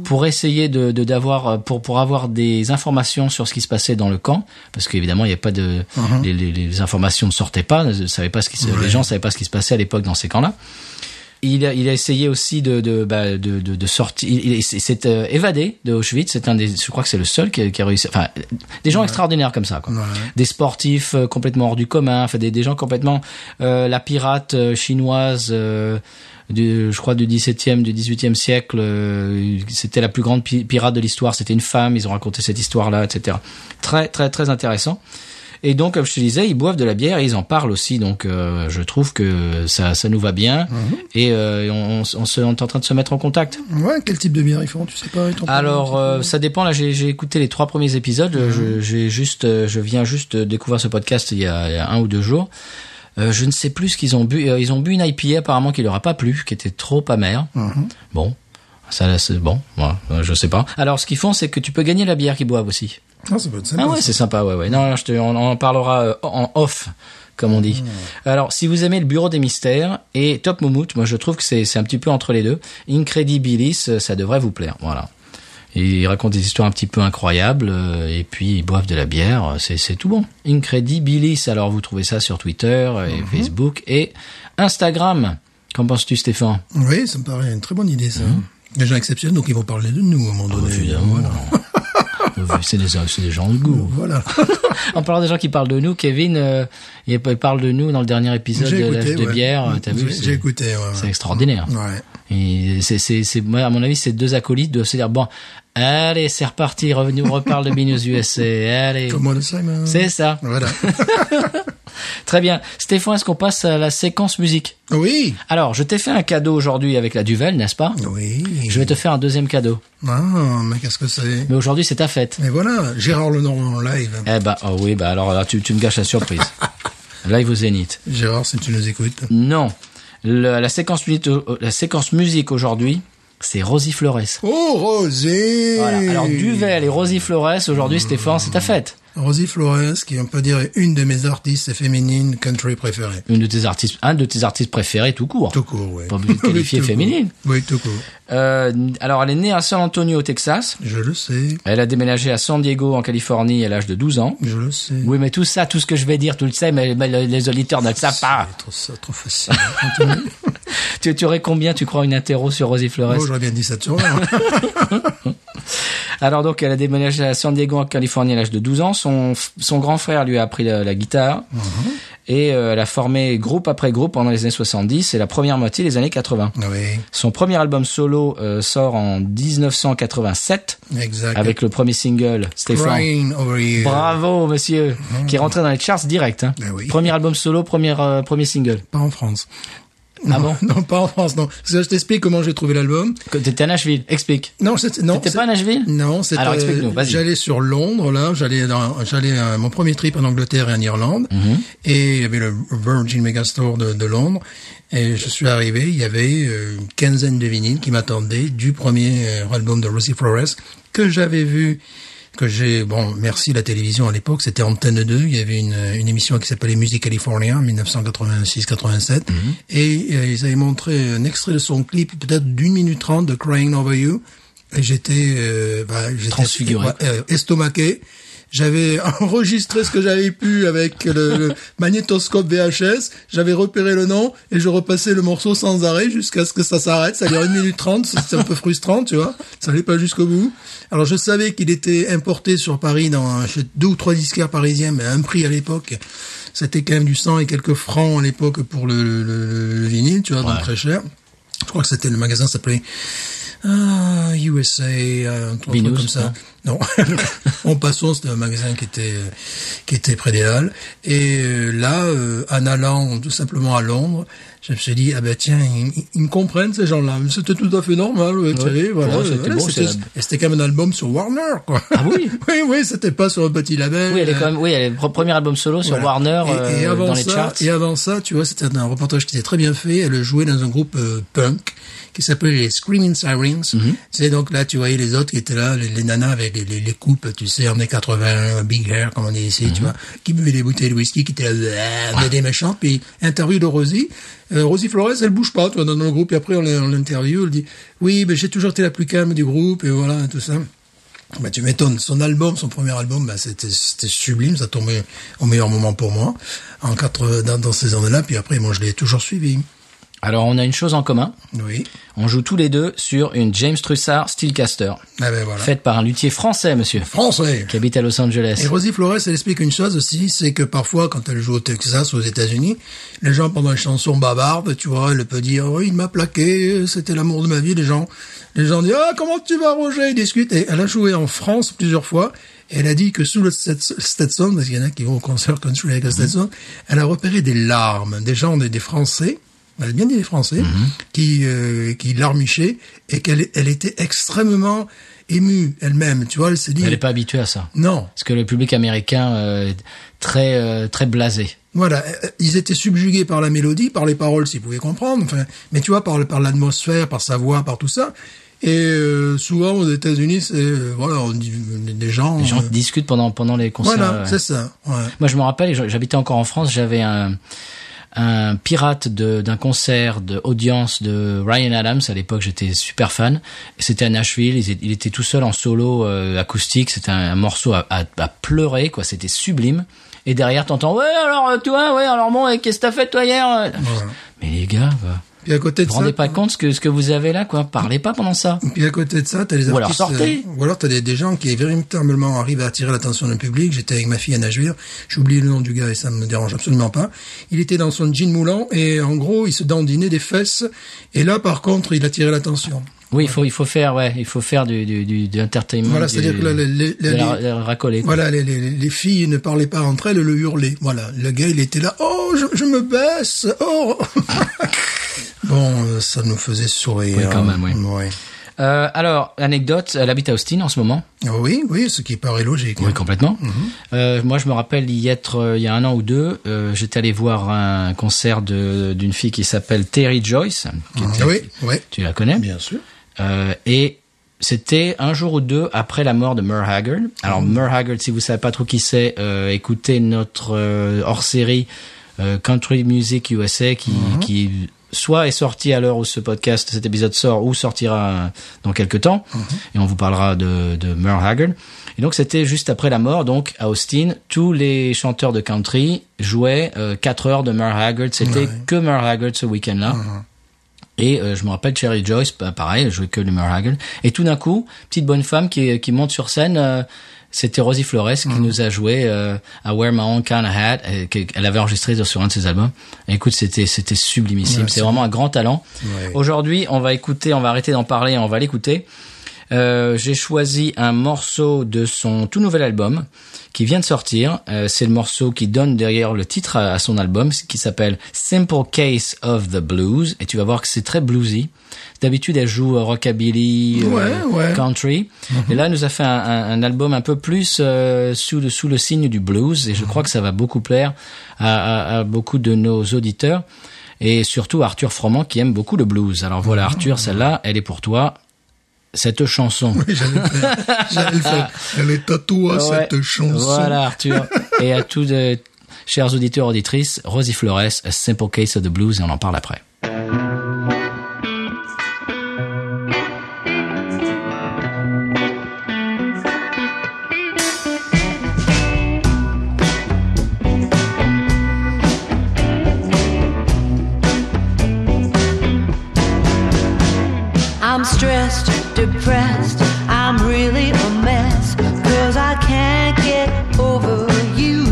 pour essayer de, de- d'avoir euh, pour pour avoir des informations sur ce qui se passait dans le camp, parce qu'évidemment il n'y a pas de les, les- les informations ne sortaient pas, ne savaient pas ce qui se- les gens ne savaient pas ce qui se passait à l'époque dans ces camps-là. Il a, il a essayé aussi de, de, bah, de, de, de sortir. Il, il s'est- s'est euh, évadé de Auschwitz. C'est un des, je crois que c'est le seul qui a, qui a réussi. Enfin, des gens extraordinaires comme ça, quoi.
Ouais.
Des sportifs euh, complètement hors du commun. Enfin, des, des gens complètement euh, la pirate euh, chinoise. euh, du, je crois du 17e, du 18e siècle, euh, c'était la plus grande pi- pirate de l'histoire. C'était une femme. Ils ont raconté cette histoire-là, etc. Très, très, très intéressant. Et donc, comme je te disais, ils boivent de la bière et ils en parlent aussi. Donc, euh, je trouve que ça, ça nous va bien. Et euh, on, on se- on se- on est en train de se mettre en contact.
Ouais, quel type de bière ils font, tu sais pas ils t'en parlent
Alors,
un
euh,
petit Mhm.
ça dépend. Là, j'ai j'ai écouté les trois premiers épisodes. Je, j'ai juste, euh, je viens juste de découvrir ce podcast il y a, il y a un ou deux jours. Euh, je ne sais plus ce qu'ils ont bu. Euh, Ils ont bu une IPA apparemment qui leur a pas plu, qui était trop amère.
peu Mhm.
Bon, ça, c'est bon. Voilà, euh, je sais pas. Alors, ce qu'ils font, c'est que tu peux gagner la bière qu'ils boivent aussi.
Ah, ça peut être sympa,
Ah ouais,
ça.
c'est sympa, ouais, ouais. Non, je te- on, on en parlera euh, en off, comme on dit. Alors, si vous aimez le Bureau des Mystères et Top Moumout, moi je trouve que c'est c'est un petit peu entre les deux. Incredibilis, euh, ça devrait vous plaire, voilà. Et Ils racontent des histoires un petit peu incroyables euh, et puis ils boivent de la bière, euh, c'est c'est tout bon. Incredibilis, alors vous trouvez ça sur Twitter euh, et Facebook et Instagram. Qu'en penses-tu, Stéphane
Oui, ça me paraît une très bonne idée, ça.
Mhm.
Des gens exceptionnels, donc ils vont parler de nous, à un moment donné.
hein.
Voilà.
C'est des, c'est des gens de goût.
Voilà.
En parlant des gens qui parlent de nous, Kevin, euh, il il parle de nous dans le dernier épisode
J'ai
de l'âge
écouté,
de
ouais.
bière. euh, T'as
J'ai-
vu
J'ai
C'est
écouté, ouais.
c'est extraordinaire.
Ouais.
Et c'est, c'est, c'est, moi, à mon avis, ces deux acolytes doivent se dire bon, Allez, c'est reparti. Revenu, on reparle de Binous USA. Allez.
Comme moi le Simon.
C'est ça.
Voilà.
Très bien. Stéphane, est-ce qu'on passe à la séquence musique
oui.
Alors, je t'ai fait un cadeau aujourd'hui avec la Duvel, n'est-ce pas
Oui.
Je vais te faire un deuxième cadeau.
Ah, mais qu'est-ce que c'est
Mais aujourd'hui, c'est ta fête.
Mais voilà, Gérard Lenormand en live.
Eh ben, oh oui, bah alors là, tu, tu me gâches la surprise. Live au Zénith.
Gérard, si tu nous écoutes.
Non. Le- la séquence musique, euh, la séquence musique aujourd'hui, c'est Rosie Flores.
Oh, Rosé
Voilà. Alors Duvel et Rosie Flores, aujourd'hui, Stéphane, c'est ta fête.
Rosie Flores, qui on peut dire est une de mes artistes féminines country préférées.
Une de tes artistes, un de tes artistes préférés tout court.
Tout court, oui.
Pas obligé de qualifier
tout court.
féminine.
Oui, tout court.
Euh, alors, elle est née à San Antonio, au Texas.
Je le sais,
Elle a déménagé à San Diego, en Californie, à l'âge de 12 ans.
je le sais.
Oui, mais tout ça, tout ce que je vais dire, tout le sais, mais, mais le- les auditeurs ne le savent pas.
C'est trop, ça, trop facile.
Tu, tu aurais combien, tu crois, une interro sur Rosie Flores
Moi, j'aurais bien dit ça de sourire.
Alors donc, elle a déménagé à San Diego, en Californie, à l'âge de 12 ans. Son, f- son grand frère lui a appris la, la guitare.
Mm-hmm.
Et euh, elle a formé groupe après groupe pendant les années 70 et la première moitié des années 80.
oui,
Son premier album solo euh, sort en 1987
exact.
avec le premier single, Stéphane.
Crying over you.
Bravo, monsieur, qui est rentré dans les charts direct. hein.
Mm-hmm. Ben oui.
Premier album solo, premier, euh, premier single.
Pas en France.
Ah
Non,
bon
Non, pas en France, non. Parce que je t'explique comment j'ai trouvé l'album.
Que- T'étais à Nashville, explique.
Non, c'était non,
T'étais
c'est- euh,
pas à Nashville
Non, c'était.
Alors, explique-nous, vas-y.
J'allais sur Londres, là. J'allais, dans- j'allais à mon premier trip en Angleterre et en Irlande. Et il y avait le Virgin Megastore de, de Londres. Et je suis arrivé, il y avait euh, une quinzaine de vinyles qui m'attendaient du premier euh, album de Rosie Flores que j'avais vu que j'ai bon merci la télévision à l'époque c'était Antenne 2 il y avait une, une émission qui s'appelait Musique California 1986-87 et euh, ils avaient montré un extrait de son clip peut-être d'une minute trente de Crying Over You et j'étais euh, bah, j'étais
Transfiguré.
ouais, euh, estomaqué j'avais enregistré ce que j'avais pu avec le, le magnétoscope VHS, j'avais repéré le nom et je repassais le morceau sans arrêt jusqu'à ce que ça s'arrête. Ça dure une minute trente, c'est un peu frustrant, tu vois. Ça allait pas jusqu'au bout. Alors je savais qu'il était importé sur Paris dans un- chez deux ou trois disquaires parisiens, mais à un prix à l'époque. C'était quand même du sang et quelques francs à l'époque pour le, le- le- le vinyle, tu vois, donc très cher. Je crois que c'était le magasin s'appelait ah, USA, euh, un truc
Binous,
comme ça.
non
Non, en passant, c'était un magasin qui était euh, qui était près des Halles. Et euh, là, euh, en allant tout simplement à Londres, je me suis dit ah ben tiens, ils, ils me comprennent ces gens-là. Mais C'était tout à fait normal, ouais, tu
Ouais.
sais, voilà.
Ouais, c'était
voilà,
bon,
c'était-
c'est la-
et c'était quand même un album sur Warner, quoi.
Ah oui
oui, oui, c'était pas sur un petit label.
Oui, elle est
euh,
quand même. Oui, elle est le pre- premier album solo sur
voilà.
Warner
Et- et
euh,
avant
dans les
ça-
charts.
Et avant ça, tu vois, c'était un reportage qui était très bien fait. Elle jouait dans un groupe euh, punk qui s'appelait les Screaming Sirens.
Mhm.
C'est donc là, tu voyais les autres qui étaient là, les, les nanas avec les, les, les coupes, tu sais, années 80, big hair, comme on dit ici,
Mhm.
tu vois, qui buvaient des bouteilles de whisky, qui étaient là, euh, mais des méchants. Puis interview de Rosie. Euh, Rosie Flores, elle bouge pas, tu vois, dans le groupe. Et après, on l'in- on l'interview, elle dit, oui, mais j'ai toujours été la plus calme du groupe, et voilà, tout ça. Bah, tu m'étonnes. Son album, son premier album, bah, c'était, c'était sublime. Ça tombait au meilleur moment pour moi. En quatre, dans, dans ces années-là. Puis après, moi, je l'ai toujours suivi.
Alors, on a une chose en commun.
Oui.
On joue tous les deux sur une James Trussard Steelcaster,
Ah ben voilà.
faite par un luthier français, monsieur,
Français.
qui habite à Los
Et
Angeles.
Rosie Flores, elle explique une chose aussi, c'est que parfois, quand elle joue au Texas, aux États-Unis, les gens, pendant une chanson bavarde, tu vois, elle peut dire, oui, il m'a plaqué, c'était l'amour de ma vie, les gens, les gens disent, ah, comment tu vas, Roger? Ils discutent. Et elle a joué en France plusieurs fois. Et elle a dit que sous le Stet- Stetson, parce qu'il y en a qui vont au concert quand avec
Mhm.
le Stetson, elle a repéré des larmes, des gens, des, des Français, elle a bien dit les Français,
Mhm.
qui, euh, qui larmichaient, et qu'elle elle était extrêmement émue elle-même, tu vois, elle s'est dit,
Elle n'est pas habituée à ça.
non,
Parce que le public américain euh, est très, euh, très blasé.
Voilà, euh, ils étaient subjugués par la mélodie, par les paroles s'ils pouvaient comprendre, enfin, mais tu vois, par, le- par l'atmosphère, par sa voix, par tout ça. Et euh, souvent aux États-Unis, c'est euh, voilà, on dit euh, des gens.
Les gens
euh,
discutent pendant, pendant les concerts.
voilà,
ouais.
c'est ça. ouais.
Moi, je me rappelle, j- j'habitais encore en France, j'avais un, un pirate de- d'un concert de audience de Ryan Adams. À l'époque, j'étais super fan. C'était à Nashville. Il, est- il était tout seul en solo euh, acoustique. C'était un, un morceau à, à- à pleurer, quoi. C'était sublime. Et derrière, t'entends, ouais, alors, euh, toi, ouais, alors, bon, et qu'est-ce que t'as fait, toi, hier? euh Mais les gars, quoi,
Puis à côté
vous
de
vous
ça,
rendez pas compte ce que, ce que vous avez là, quoi. Parlez pas pendant ça.
Puis à côté de ça, t'as les
Ou alors
artistes.
sortez.
euh, ou alors t'as des, des gens qui véritablement arrivent à attirer l'attention du public. J'étais avec ma fille à Nashville. J'ai oublié le nom du gars et ça me dérange absolument pas. Il était dans son jean moulant et en gros, il se dandinait des fesses. Et là, par contre, il attirait l'attention.
Oui, il faut, il faut faire, ouais, il faut faire du, du, du, de l'entertainment,
Voilà,
du-
c'est-à-dire que là, les, les-
de
les-
la, la racoler. quoi.
voilà, les, les- les filles ne parlaient pas entre elles, le hurlaient. Voilà, le gars, il était là. Oh, je, je me baisse. Oh. bon, euh, ça nous faisait sourire.
Oui, quand même, oui.
Oui,
Euh, alors, anecdote, elle habite à Austin en ce moment.
Ah oui, Mhm. oui, ce qui paraît logique.
Oui, complètement. Euh, moi, je me rappelle y être euh, il y a un an ou deux. euh, J'étais allé voir un concert de- d'une fille qui s'appelle Terry Joyce. qui était-
Ah oui, oui.
Tu la connais
Bien sûr.
Euh, et c'était un jour ou deux après la mort de Merle Haggard. Alors Merle Haggard, si vous savez pas trop qui c'est, euh, écoutez notre euh, hors-série euh, Country Music USA qui, qui soit est sorti à l'heure où ce podcast, cet épisode sort, ou sortira euh, dans quelques temps. Et on vous parlera de, de Merle Haggard. Et donc c'était juste après la mort, donc à Austin, tous les chanteurs de country jouaient 4 heures de Merle Haggard. C'était que Merle Haggard ce week-end-là. Et euh, je me rappelle Cherry Joyce, pa- pareil, elle jouait que le Merhagle. Et tout d'un coup, petite bonne femme qui, qui monte sur scène, euh, c'était Rosie Flores qui nous a joué euh, I Wear My Own Kind of Hat, et que- qu'elle avait enregistré sur un de ses albums. Et écoute, c'était c'était sublimissime. c'est vraiment un grand talent.
Ouais.
Aujourd'hui, on va écouter, on va arrêter d'en parler, on va l'écouter. Euh, J'ai choisi un morceau de son tout nouvel album qui vient de sortir. Euh, c'est le morceau qui donne derrière le titre à, à son album, ce qui s'appelle Simple Case of the Blues. Et tu vas voir que c'est très bluesy. D'habitude, elle joue euh, rockabilly, euh,
Ouais, ouais.
country. Et là, elle nous a fait un, un- un album un peu plus euh, sous, le, sous le signe du blues. Et je crois que ça va beaucoup plaire à, à- à beaucoup de nos auditeurs. Et surtout à Arthur Froment qui aime beaucoup le blues. Alors voilà, Arthur, celle-là, elle est pour toi. Cette chanson.
Oui, j'allais le faire. J'allais le faire. J'allais tatouer
Ouais.
Oh, cette chanson.
Voilà, Arthur. et à tous, de, chers auditeurs, auditrices, Rosie Flores, A Simple Case of the Blues, et on en parle après.
I'm stressed, depressed, I'm really a mess. Cause I can't get over you.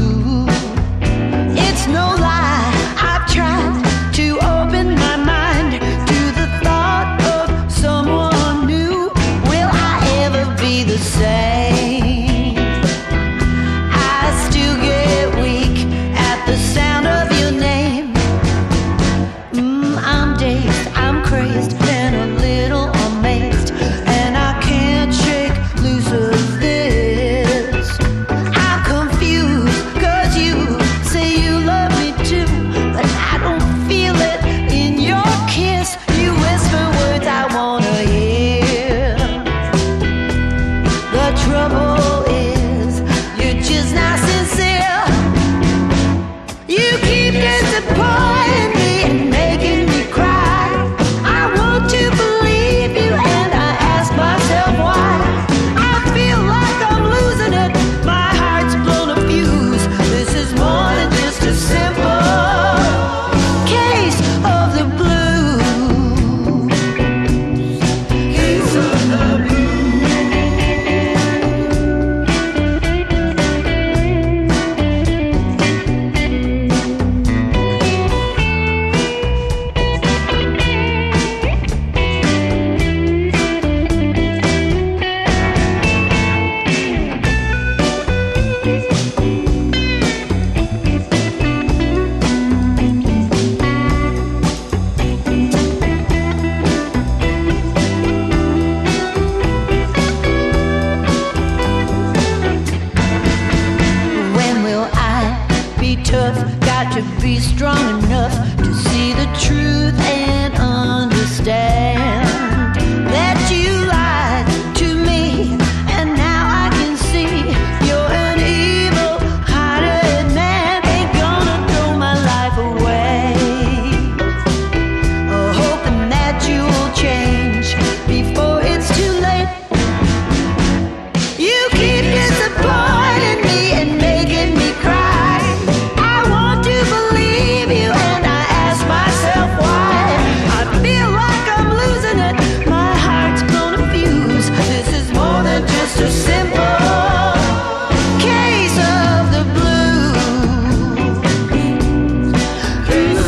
It's no lie, I've tried to open my mind to the thought of someone new. Will I ever be the same? I still get weak at the sound of your name. Mm, I'm dazed, I'm crazed, and a little amazed, and I can't shake loose of this. I'm confused. Oh,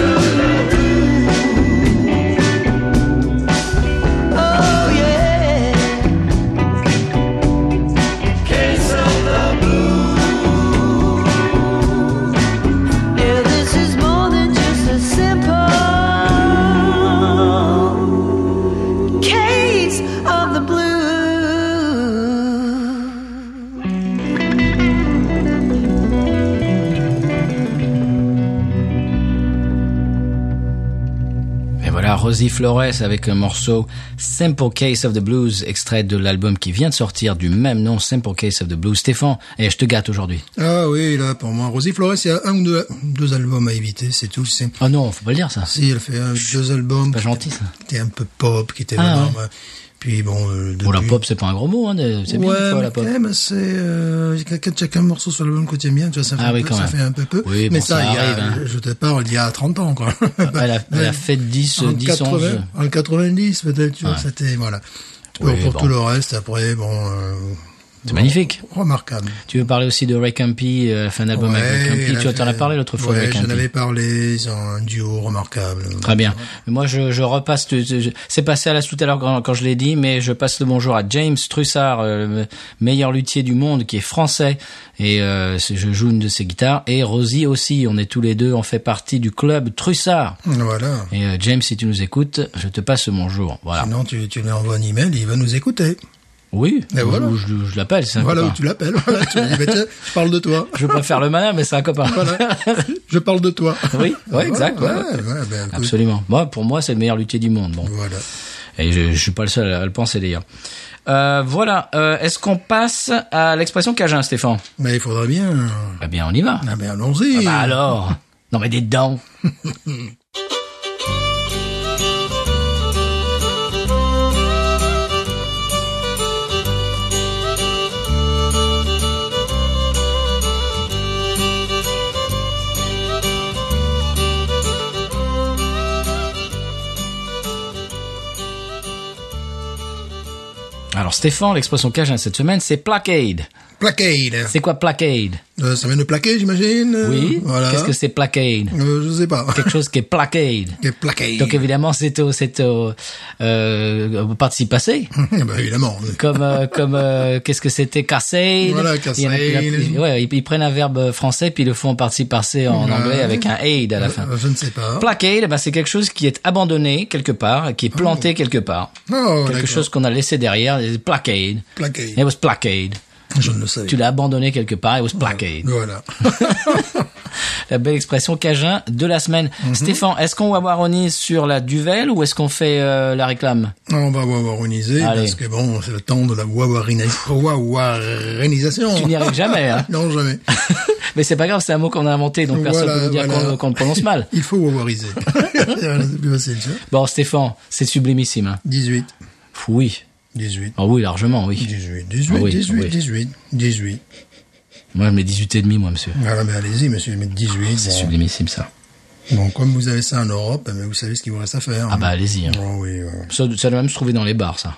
voilà, Rosie Flores avec un morceau Simple Case of the Blues, extrait de l'album qui vient de sortir du même nom, Simple Case of the Blues. Stéphane, et je te gâte aujourd'hui.
Ah oui, là, pour moi, Rosie Flores, il y a un ou deux, deux albums à éviter, c'est tout. C'est,
Ah non, faut pas le dire ça.
si, elle fait un, deux albums.
pas
qui-
gentil, ça.
Qui étaient un peu pop, qui étaient
Ah,
vraiment.
ouais.
euh, Puis bon, euh,
Bon, la
depuis-
pop, c'est pas un gros mot, hein, de- c'est bien
ouais,
des fois,
mais
la pop.
quand même, c'est euh, quand- quand chacun morceau sur l'album que t'aimes bien, tu vois, ça fait,
Ah
un,
oui,
peu,
quand
ça
même.
fait un peu peu.
Oui,
mais
bon, ça
il y a-
arrive, hein. Ah,
je te parle, il y a 30 ans, quoi.
Elle a, elle a fait 10,
en
10, 11.
80, en 90, peut-être, tu vois,
Ouais.
c'était, voilà.
Oui,
pour pour
bon.
tout le reste, après, bon, euh,
C'est magnifique.
remarquable.
Tu veux parler aussi de Ray Campy, euh, elle fait un album avec Ray
Ouais,
Campy.
il a
Tu en as
fait-
parlé l'autre fois,
ouais,
Ray
j'en
Campy.
avais parlé, ils ont un duo remarquable.
Très bien. Mais Moi, je, je repasse. tu- tu- je- C'est passé à la tout à l'heure quand, quand je l'ai dit, mais je passe le bonjour à James Trussard, euh, le meilleur luthier du monde, qui est français, et euh, c'est- je joue une de ses guitares. Et Rosie aussi. On est tous les deux. On fait partie du club Trussard.
Voilà.
Et euh, James, si tu nous écoutes, je te passe le bonjour. Voilà.
Sinon, tu, tu lui envoies un email, il va nous écouter.
Oui.
Et
ou-
voilà.
ou je, je l'appelle. c'est un
Voilà où
copain.
tu l'appelles. Voilà, tu lui dis, bah, tiens, je parle de toi.
Je veux pas faire le malin, mais c'est un copain.
Voilà. Je parle de toi.
Oui, ouais,
Voilà,
exact. ouais,
ouais,
ouais.
ouais, ben, écoute,
Absolument. Moi, pour moi, c'est le meilleur luthier du monde. Bon.
Voilà.
Et je, je suis pas le seul à le penser d'ailleurs. Euh, voilà. Euh, Est-ce qu'on passe à l'expression Cajun, Stéphane
Mais il faudrait bien.
Eh bien, on y va.
Ah, mais allons-y.
Ah bah alors Non mais des dents Alors Stéphane, l'expression cajun cette semaine, c'est placade.
Placade.
C'est quoi placade
Euh, ça vient de plaquer, j'imagine. euh,
Oui.
Voilà.
Qu'est-ce que c'est placade
Euh, Je sais pas.
quelque chose qui est placade.
Qu'est- Placade.
Donc évidemment, c'est au, c'est au, euh, au participe passé.
Eh ben, évidemment.
Comme, euh, comme, euh, qu'est-ce que c'était, E cassé.
Voilà, E cassade.
ouais, ils, ils prennent un verbe français puis ils le font en participe passé en
Ouais.
anglais avec un aid à la fin.
Euh, Je ne sais pas.
Placade, ben, c'est quelque chose qui est abandonné quelque part, qui est planté quelque part.
Oh,
quelque
Ah. d'accord.
chose qu'on a laissé derrière, et placade.
Placade.
It was placade.
Je ne le savais.
Tu l'as abandonné quelque part, it was placade.
Voilà.
La belle expression cajun de la semaine.
Mhm.
Stéphane, est-ce qu'on va voir Ronnie sur la duvel ou est-ce qu'on fait euh, la réclame
On va wawaroniser
Allez.
parce que bon, c'est le temps de la wawarina- wawarenisation.
Tu n'y arrives jamais, hein.
Non, jamais.
Mais c'est pas grave, c'est un mot qu'on a inventé, donc personne ne
Voilà,
peut nous dire
voilà.
qu'on qu'on le prononce mal.
Il faut wawariser. Voilà, c'est plus facile, ça.
Bon, Stéphane, c'est sublimissime. Hein.
18.
Pff, Oui,
18.
oh, oui, largement, oui.
18,
Ah
18,
oui,
18,
oui.
18, 18.
Moi, je mets 18 et demi, moi, monsieur.
Voilà, Ah, mais allez-y, monsieur, mais 18.
C'est
bon.
sublimissime, ça.
Bon, comme vous avez ça en Europe, mais vous savez ce qu'il vous reste à faire.
Ah bah, allez-y. hein.
Oh oui, ouais.
Ça, ça doit même se trouver dans les bars, ça.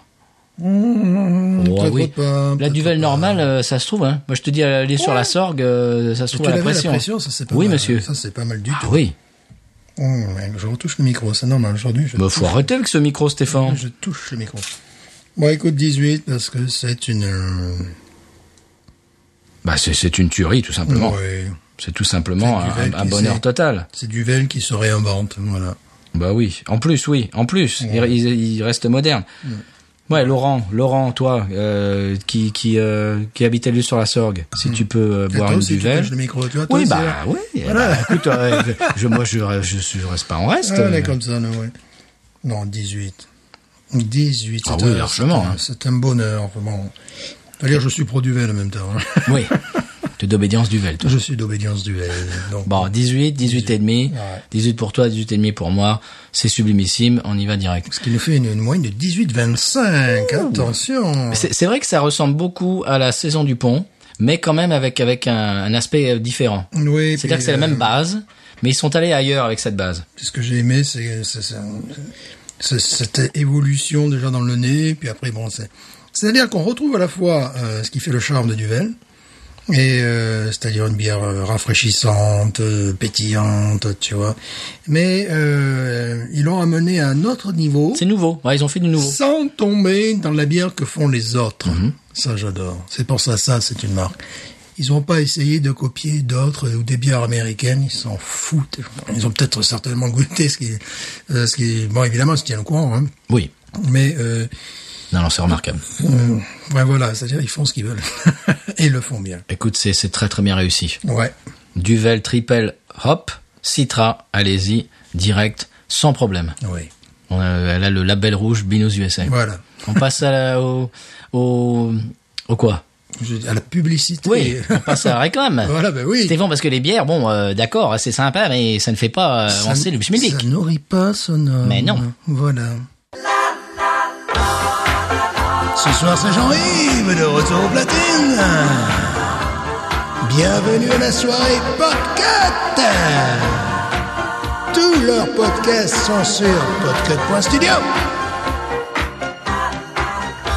Oh,
peut-être
oui.
pas,
la
peut-être
duvel
pas.
normale, euh, ça se trouve. Hein. Moi, je te dis, aller sur la sorgue, euh, ça se
Tu
trouve à la
l'avais,
pression.
ça c'est pas
oui,
mal.
monsieur.
Ça c'est pas mal du
Ah
tout.
oui.
Oh, ouais, je retouche le micro, c'est normal aujourd'hui. Je,
Bah, faut arrêter avec ce micro, Stéphane.
je touche le micro. Bon, écoute, 18, parce que c'est une... euh,
Bah, c'est- c'est une tuerie, tout simplement.
ouais,
C'est tout simplement
C'est du
un,
vin
un
qui
bonheur
sait.
total.
c'est du vel qui se réinvente, voilà.
Bah oui. En plus, oui. En plus, il, il- il reste moderne. Ouais, Laurent, Laurent, toi, euh, qui qui euh, qui habitait lieu sur la Sorgue, si tu peux euh,
Hmm. Et
boire
toi
une
aussi, tu
duvel.
touches le micro, tu vois, toi
Oui,
aussi,
bah
hein.
oui. bah, écoute, euh, je, moi, je, je, je reste pas en reste.
Ah, elle est comme ça, non, ouais. Non, 18. 18,
Ah
c'est
oui,
un-
largement,
c'est un-
hein.
C'est un bonheur, enfin, bon. D'ailleurs, je suis pro duvel en même temps. hein.
oui. T'es d'obédience du Vel, toi.
Je suis d'obédience duvel. Donc,
Bon, 18, 18 et demi,
Ouais.
18 pour toi, 18 et demi pour moi. C'est sublimissime. On y va direct.
Ce qui nous fait une, une moyenne de 18-25. Attention.
C'est c'est vrai que ça ressemble beaucoup à la saison du pont, mais quand même avec, avec un, un aspect euh, différent.
Oui, puis,
C'est-à-dire que c'est la
euh,
même base, mais ils sont allés ailleurs avec cette base.
Ce que j'ai aimé, c'est c'est- c'est- c'est- cette évolution déjà dans le nez, puis après, bon, c'est... C'est-à-dire qu'on retrouve à la fois euh, ce qui fait le charme de Duvel, et euh, c'est-à-dire une bière euh, rafraîchissante, euh, pétillante, tu vois. Mais euh, ils l'ont amené à un autre niveau,
C'est nouveau. Ouais, ils ont fait du nouveau.
sans tomber dans la bière que font les autres. Ça, j'adore. C'est pour ça, ça, c'est une marque. Ils n'ont pas essayé de copier d'autres euh, ou des bières américaines. Ils s'en foutent. Ils ont peut-être certainement goûté ce qui, euh, ce qui, bon, évidemment, ils se tiennent au courant. hein.
Oui.
Mais euh,
Non, non, c'est remarquable.
euh, ouais, voilà, c'est-à-dire ils font ce qu'ils veulent et ils le font bien.
Écoute, c'est c'est très très bien réussi.
Ouais.
Duvel, triple, hop, citra, allez-y, direct, sans problème.
Oui.
On a- elle a le label rouge Binous USA.
Voilà.
On passe à la- au, au, au quoi
Je dis, à la publicité.
Oui, on passe à la réclame.
voilà, ben oui.
Stéphane, parce que les bières, bon, euh, d'accord, c'est sympa, mais ça ne fait pas euh,
Ça-
avancer le schmilblick.
Ça nourrit pas son homme.
Mais non.
Voilà. Ce soir, c'est Jean-Yves de retour au platine. Bienvenue à la soirée Podcat. Tous leurs podcasts sont sur podcat.studio.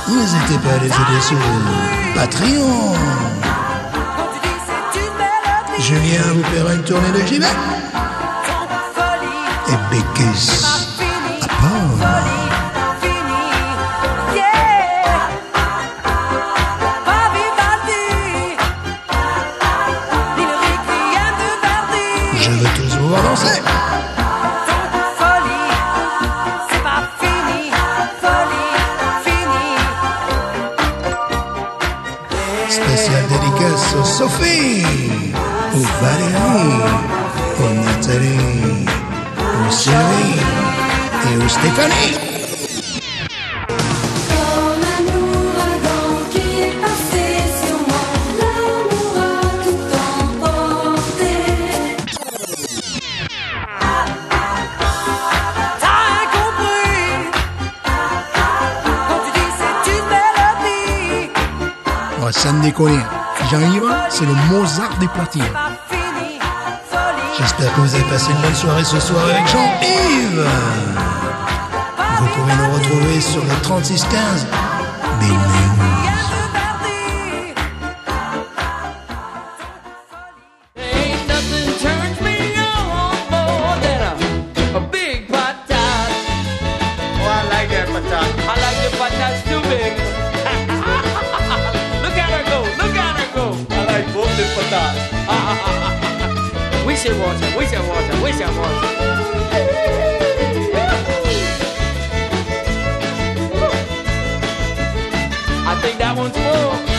N'hésitez pas à les aider sur Patreon. Julien vous fera une tournée de gibet et Bécus. À part. Je veux tous vous voir danser. Spéciale dédicace aux Sophie, aux Valérie, aux Nathalie, aux Sylvie et aux Stéphanie.
Quand l'amour ouragan qui est passé sur moi, l'amour a tout emporté.
Ouais, ça ne déconne. Jean-Yves, c'est le Mozart des platines. J'espère que vous avez passé une bonne soirée ce soir avec Jean-Yves. Vous pouvez nous retrouver sur le 3615. Big News.
Ain't nothing turns me on more than a, a big patat. Oh, I like that patat. I like the patats too big. look at her go, look at her go. I like both the patats. we should watch her, we should watch her, we should watch her. I think that one's full.